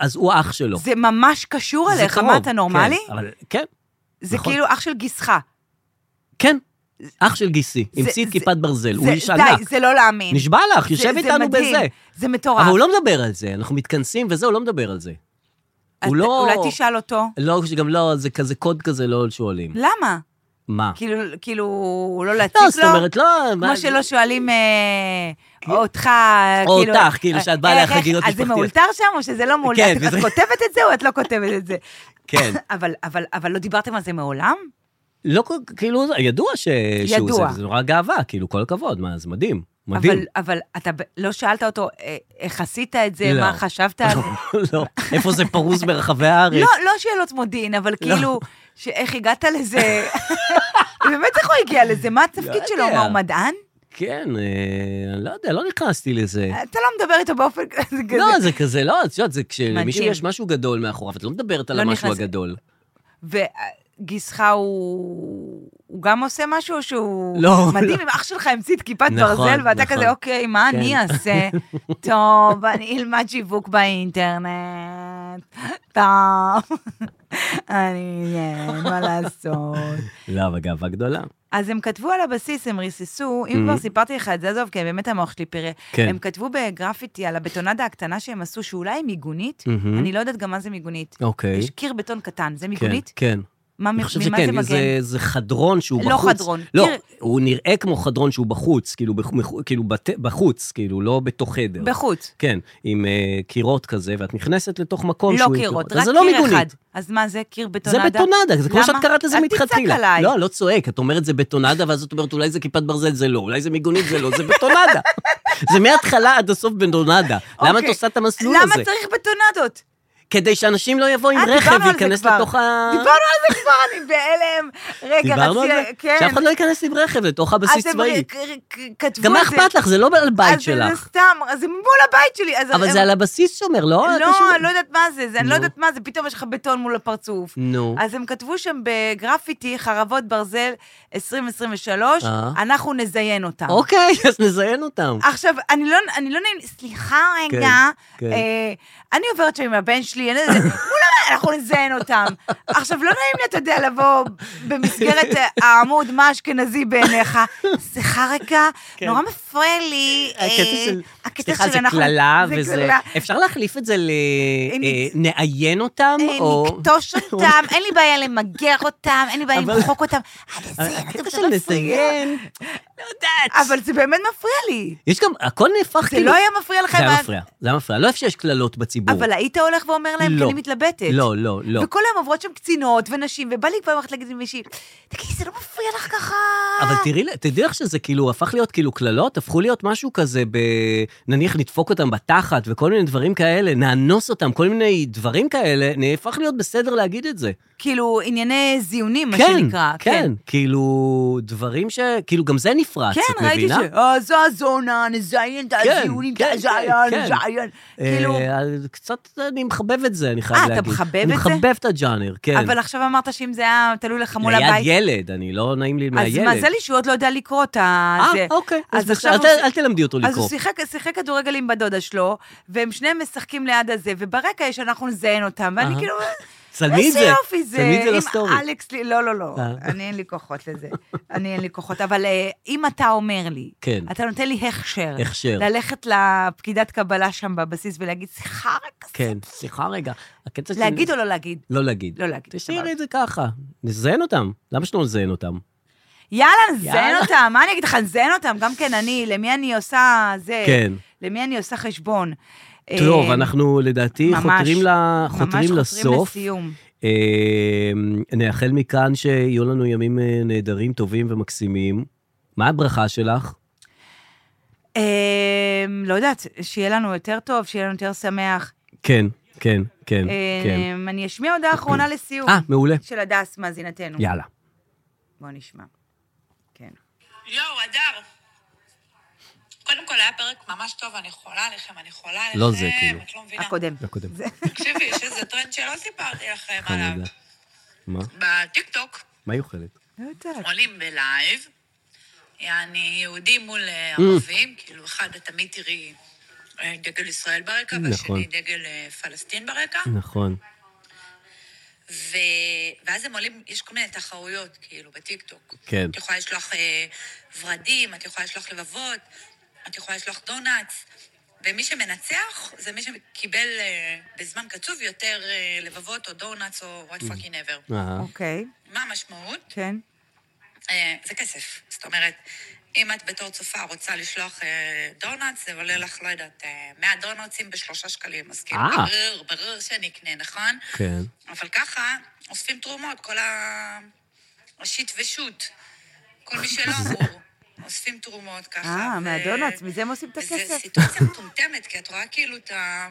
B: אז הוא אח שלו.
C: זה ממש קשור
B: לא. זה
C: אליך,
B: קרוב,
C: מה אתה נורמלי?
B: כן, אבל- כן,
C: זה
B: נכון.
C: כאילו אח של גיסך.
B: כן. אח של גיסי,
C: זה-
B: המציא את
C: זה-
B: כיפת ברזל, הוא
C: זה-
B: איש ענק.
C: די, זה לא להאמין.
B: נשבע לך,
C: זה-
B: יושב
C: זה
B: איתנו
C: מדהים.
B: בזה.
C: זה מטורף.
B: אבל הוא לא מדבר על זה, אנחנו מתכנסים וזה, הוא לא מדבר על זה.
C: אז
B: הוא לא...
C: אולי תשאל אותו.
B: לא, שגם לא, זה כזה קוד כזה, לא שואלים.
C: למה?
B: מה?
C: כאילו, כאילו, לא להציק לו?
B: לא, זאת אומרת, לא... מה-
C: כמו שלא שואלים אה, אותך,
B: או אותך, כאילו, שאת באה
C: אה, איך-
B: לחגיגות
C: אז זה
B: משפחתיות.
C: מאולתר שם או שזה לא מאולתר?
B: כן,
C: את
B: וזה-
C: את כותבת את זה או את לא כותבת את זה?
B: כן.
C: אבל- אבל- אבל לא דיברתם על זה מעולם?
B: לא כל... כאילו, ידוע ש... שהוא
C: ידוע.
B: זה, זה נורא גאווה, כאילו, כל הכבוד, מה, זה מדהים. מדהים.
C: אבל, אבל אתה ב- לא שאלת אותו אה, איך עשית את זה,
B: לא.
C: מה חשבת על זה?
B: לא, איפה זה פרוס ברחבי הארץ?
C: לא, לא שאלות מודיעין, אבל כאילו, שאיך הגעת לזה? באמת איך הוא הגיע לזה? מה התפקיד
B: לא
C: שלו?
B: יודע.
C: מה, הוא מדען?
B: כן, אה, אני לא יודע, לא נכנסתי לזה.
C: אתה לא מדבר איתו באופן כזה.
B: לא, זה כזה, לא, את יודעת, זה כשלמישהו
C: מדהים.
B: יש משהו גדול מאחוריו, את לא מדברת על
C: לא
B: המשהו
C: נכנס-
B: הגדול.
C: וגיסך הוא... הוא גם עושה משהו או שהוא...
B: לא, הוא
C: מדהים,
B: לא.
C: אם אח שלך המציא את כיפת
B: נכון,
C: ברזל, ואתה
B: נכון.
C: כזה, אוקיי, מה
B: כן.
C: אני אעשה? טוב, אני אלמד שיווק באינטרנט. טוב, אני... אין מה לעשות.
B: לא, אבל גאווה גדולה.
C: אז הם כתבו על הבסיס, הם ריססו, אם
B: Mhm.
C: כבר סיפרתי לך את זה, עזוב, כי באמת המוח שלי פירה.
B: כן.
C: הם כתבו בגרפיטי על הבטונדה הקטנה שהם עשו, שאולי היא מיגונית,
B: מהמם.
C: אני לא יודעת גם מה זה מיגונית.
B: Mm-hmm. אוקיי.
C: יש קיר בטון קטן, זה
B: כן,
C: מיגונית?
B: כן.
C: מה,
B: אני
C: מ-
B: חושב
C: ממה זה
B: שכן,
C: מגן?
B: זה, זה חדרון שהוא
C: לא
B: בחוץ.
C: חדרון,
B: לא,
C: קיר-
B: הוא נראה כמו חדרון שהוא בחוץ, כאילו, בח, מח, כאילו בת, בחוץ, כאילו, לא בתוך חדר.
C: בחוץ.
B: כן, עם אה, קירות כזה, ואת נכנסת לתוך מקום
C: לא
B: שהוא... עם
C: קירות,
B: אז
C: רק
B: זה לא
C: קיר אחד.
B: מיגונית.
C: אז מה זה, קיר
B: זה
C: בטונדה?
B: בטונדה, זה כמו
C: למה?
B: שאת קראת לזה
C: אל
B: מלכתחילה.
C: תצעק עליי.
B: לא, לא צועק, את אומרת זה בטונדה, ואז את אומרת אולי זה כיפת ברזל, זה לא, אולי זה מיגונית, זה לא, זה בטונדה. זה מההתחלה עד הסוף בטונדה. למה את
C: אוקיי.
B: עושה את המסלול
C: למה
B: הזה?
C: צריך בטונדות?
B: כדי שאנשים לא יבואו עם
C: אה,
B: רכב
C: דיברנו על זה
B: וייכנס
C: כבר.
B: לתוך ה...
C: דיברנו על זה כבר, אני בהלם. רגע,
B: דיברנו על זה?
C: רציתי... כן.
B: שאף אחד לא ייכנס עם רכב לתוך
C: אז
B: הבסיס
C: הם
B: צבאי.
C: כ- כ- כתבו
B: גם מה
C: את זה.
B: אכפת לך? זה לא על בית
C: אז זה
B: שלך.
C: סתם, אז זה מול הבית שלי. אז
B: אבל
C: הם-
B: זה על הבסיס שומר, לא?
C: לא,
B: אתה שומר-
C: אני לא יודעת מה זה, זה- אני לא
B: נו.
C: יודעת מה זה, פתאום יש לך בטון מול הפרצוף.
B: נו.
C: אז הם כתבו שם בגרפיטי, חרבות ברזל 2023,
B: אה.
C: אנחנו נזיין אותם.
B: אוקיי, אז נזיין אותם.
C: עכשיו, אני לא, אני לא נעים, סליחה
B: כן,
C: רגע, כן,
B: כן.
C: כן. אה, אני עוברת שם עם הבן שלי, אני, מול הבן, אנחנו נזיין אותם. עכשיו, לא נעים לי, אתה יודע, לבוא במסגרת אה, העמוד, מה אשכנזי בעיניך. סליחה רגע,
B: כן.
C: נורא מפריע לי. אה,
B: הקטע של...
C: הקטע
B: סליחה,
C: של
B: זה
C: אנחנו-
B: קללה
C: זה
B: וזה...
C: קללה.
B: אפשר להחליף את זה ל... אה, נעיין אותם,
C: אה,
B: או...
C: נכתוש אותם, אין לי בעיה למגר אותם, אין לי בעיה
B: אבל- אה,
C: למחוק אותם. אבל זה-
B: הקטע
C: זה
B: של
C: מפריע.
B: נזיין...
C: אבל זה באמת מפריע לי.
B: יש גם... הכל נהפך
C: זה
B: כאילו...
C: לא היה מפריע לך,
B: זה היה
C: אבל-
B: מפריע, זה היה מפריע. לא איפה שיש קללות בציבור.
C: אבל היית הולך ואומר להם, כי
B: לא.
C: אני מתלבטת.
B: לא, לא, לא.
C: וכל היום עוברות שם קצינות ונשים, ובא לי כבר הולכת להגיד למישהי, תגידי, זה לא מפריע לך ככה?
B: אבל תראי, תדעי לך שזה כאילו הפך להיות כאילו קללות, הפכו להיות משהו כזה ב... נניח נדפוק אותם בתחת וכל מיני דברים כאלה, נאנוס אותם, כל מיני דברים כאלה, נהפך להיות בסדר להגיד את זה.
C: כאילו, ענייני זיונים, מה
B: כן,
C: שנקרא.
B: כן, כאילו, דברים ש... כאילו, גם זה נפרץ, את
C: כן,
B: מבינה?
C: ראיתי ש... "אה, זו הזונה, נזיין את
B: כן,
C: הזיונים,
B: כן,
C: נזיין,
B: כן.
C: נזיין.
B: אה,
C: כאילו,
B: קצת אני מחבב את זה, אני חייב
C: אה, אתה
B: להגיד.
C: מחבב
B: אני
C: את זה?
B: מחבב את הג'אנר, כן.
C: אבל עכשיו אמרת שאם זה היה תלוי לך מול
B: ליד
C: הבית...
B: ילד, אני לא נעים לי
C: אז
B: מהילד.
C: מזל לי שהוא עוד לא יודע לקרוא את ה...
B: אה,
C: זה.
B: אוקיי. אז
C: אז עכשיו
B: בסדר,
C: הוא...
B: אל- אל תלמדי אותו
C: אז הוא
B: לקרוא.
C: שיחק, שיחק כדורגל עם בת דודה שלו, והם שניהם משחקים ליד הזה, וברקע יש אנחנו נזיין אותם, ואני
B: אהה.
C: כאילו,
B: צלמי את
C: איזה
B: זה,
C: יופי זה.
B: צלמי את זה
C: אם
B: לסטורי.
C: אלכס, לי- לא, לא, לא,
B: אה.
C: אני אין לי כוחות לזה. אני אין לי כוחות, אבל אה, אם אתה אומר לי,
B: כן.
C: אתה נותן לי הכשר,
B: הכשר.
C: ללכת לפקידת קבלה שם בבסיס ולהגיד, סליחה רגע,
B: כן, סליחה רגע. הקטע של-
C: להגיד או לא להגיד?
B: לא להגיד.
C: לא להגיד,
B: תשאירי
C: סבבה.
B: את זה ככה. נזיין אותם. למה שלא נזיין אותם?
C: יאללה, נזיין
B: יאללה.
C: אותם, מה אני אגיד לך, נזיין אותם, גם כן אני, למי אני עושה זה,
B: כן.
C: למי אני עושה חשבון.
B: טוב,
C: אה,
B: אנחנו לדעתי
C: ממש,
B: חותרים ל-
C: ממש
B: חותרים לסוף.
C: לסיום.
B: אה, נאחל מכאן שיהיו לנו ימים אה, נהדרים, טובים ומקסימים. מה הברכה שלך?
C: אה, לא יודעת, שיהיה לנו יותר טוב, שיהיה לנו יותר שמח.
B: כן, כן, כן, כן.
C: אה, אני אשמיע הודעה אחרונה לסיום.
B: אה, מעולה.
C: של הדס, מאזינתנו.
B: יאללה.
C: בוא נשמע. כן.
F: יואו, אדר. קודם כל היה פרק ממש טוב, אני חולה עליכם, אני חולה עליכם.
B: לא זה, כאילו.
F: את לא מבינה.
C: הקודם.
B: הקודם.
F: תקשיבי, יש איזה טרנד שלא סיפרתי לכם עליו.
B: חמודה. מה?
F: בטיקטוק
B: מה היא אוכלת?
C: לא יודעת.
F: עולים בלייב, יעני יהודים מול אה,
B: Mm.
F: ערבים, כאילו אחד את תמיד תראי אה, דגל ישראל ברקע,
B: נכון.
F: והשני דגל אה, פלסטין ברקע.
B: נכון.
F: ו... ואז הם עולים, יש כל מיני תחרויות, כאילו, בטיקטוק.
B: כן.
F: את יכולה לשלוח אה, ורדים, את יכולה לשלוח לבבות, את יכולה לשלוח דונלדס, ומי שמנצח זה מי שקיבל אה, בזמן קצוב יותר אה, לבבות או דונלדס או
B: Mm.
F: what fucking ever.
B: אהה.
C: אוקיי,
F: מה המשמעות?
C: כן.
F: אה, זה כסף. זאת אומרת, אם את בתור צופה רוצה לשלוח אה, דונלדס, זה עולה לך, לא יודעת, אה, 100 דונלדסים בשלושה שקלים, אז כאילו,
B: אה.
F: ברור, ברור שאני אקנה, נכון?
B: כן.
F: אבל ככה אוספים תרומות, כל ה- השיט ושות. כל מי שלא אמור. אוספים תרומות ככה.
C: אה,
F: ו-
C: מהדונלדס, מזה הם עושים את
F: וזו
C: הכסף.
F: סיטואציה מטומטמת, כי את רואה כאילו את ה...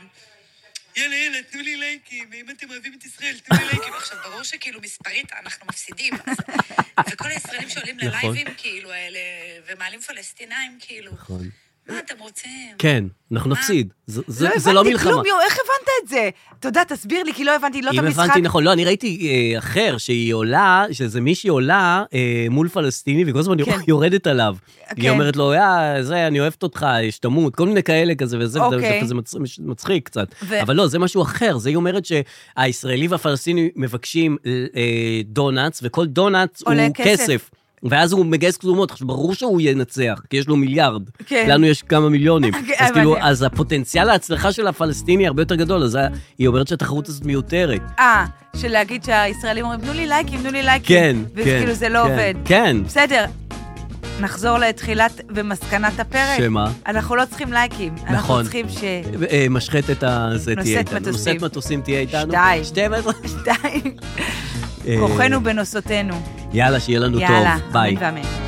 F: יאללה, יאללה, תנו לי לייקים, אם אתם אוהבים את ישראל, תנו לי לייקים. עכשיו, ברור שכאילו מספרית אנחנו מפסידים, אז... וכל הישראלים שעולים
B: נכון.
F: ללייבים, כאילו, האלה, ומעלים פלסטינאים, כאילו,
B: נכון.
F: מה אתם רוצים?
B: כן, אנחנו נפסיד. זה- זה זה לא
C: הבנתי
B: מלחמה.
C: כלום, יואו, איך הבנת את זה? תודה, תסביר לי, כי לא הבנתי לא את
B: אם
C: המשחק.
B: הבנתי נכון, לא, אני ראיתי אה, אחר, שהיא עולה, שזה מישהי עולה אה, מול פלסטיני, וכל הזמן
C: כן.
B: יורדת עליו. היא
C: כן.
B: אומרת לו, יא, זה, אני אוהבת אותך, השתמעות, כל מיני כאלה כזה וזה, וזה-
C: אוקיי.
B: וזה מצ- מש- מצחיק קצת.
C: ו-
B: אבל לא, זה משהו אחר, זה היא אומרת שהישראלי והפלסטיני מבקשים אה, דונלדס, וכל דונלדס הוא
C: עולה כסף.
B: כסף. ואז הוא מגייס תרומות, עכשיו ברור שהוא ינצח, כי יש לו מיליארד.
C: כן.
B: לנו יש כמה מיליונים.
C: כן,
B: אז כאילו,
C: הבנתי.
B: אז הפוטנציאל ההצלחה של הפלסטיני הרבה יותר גדול, אז ה- היא אומרת שהתחרות הזאת מיותרת. כן,
C: אה, של להגיד שהישראלים אומרים, תנו לי לייקים, תנו לי לייקים.
B: כן, כן.
C: וכאילו זה לא
B: כן,
C: עובד.
B: כן.
C: בסדר, נחזור לתחילת ומסקנת הפרק.
B: שמה?
C: אנחנו לא צריכים לייקים. אנחנו
B: נכון.
C: צריכים ש...
B: אה, משחטת הזה
C: נושאת
B: תהיה איתנו.
C: מטוסים.
B: נושאת מטוסים תהיה איתנו.
C: שתיים.
B: שתי מטוסים.
C: שתיים,
B: אה,
C: כוחנו בנוסותינו.
B: יאללה, שיהיה לנו טוב.
C: יאללה,
B: ביי.
C: אמן ואמן.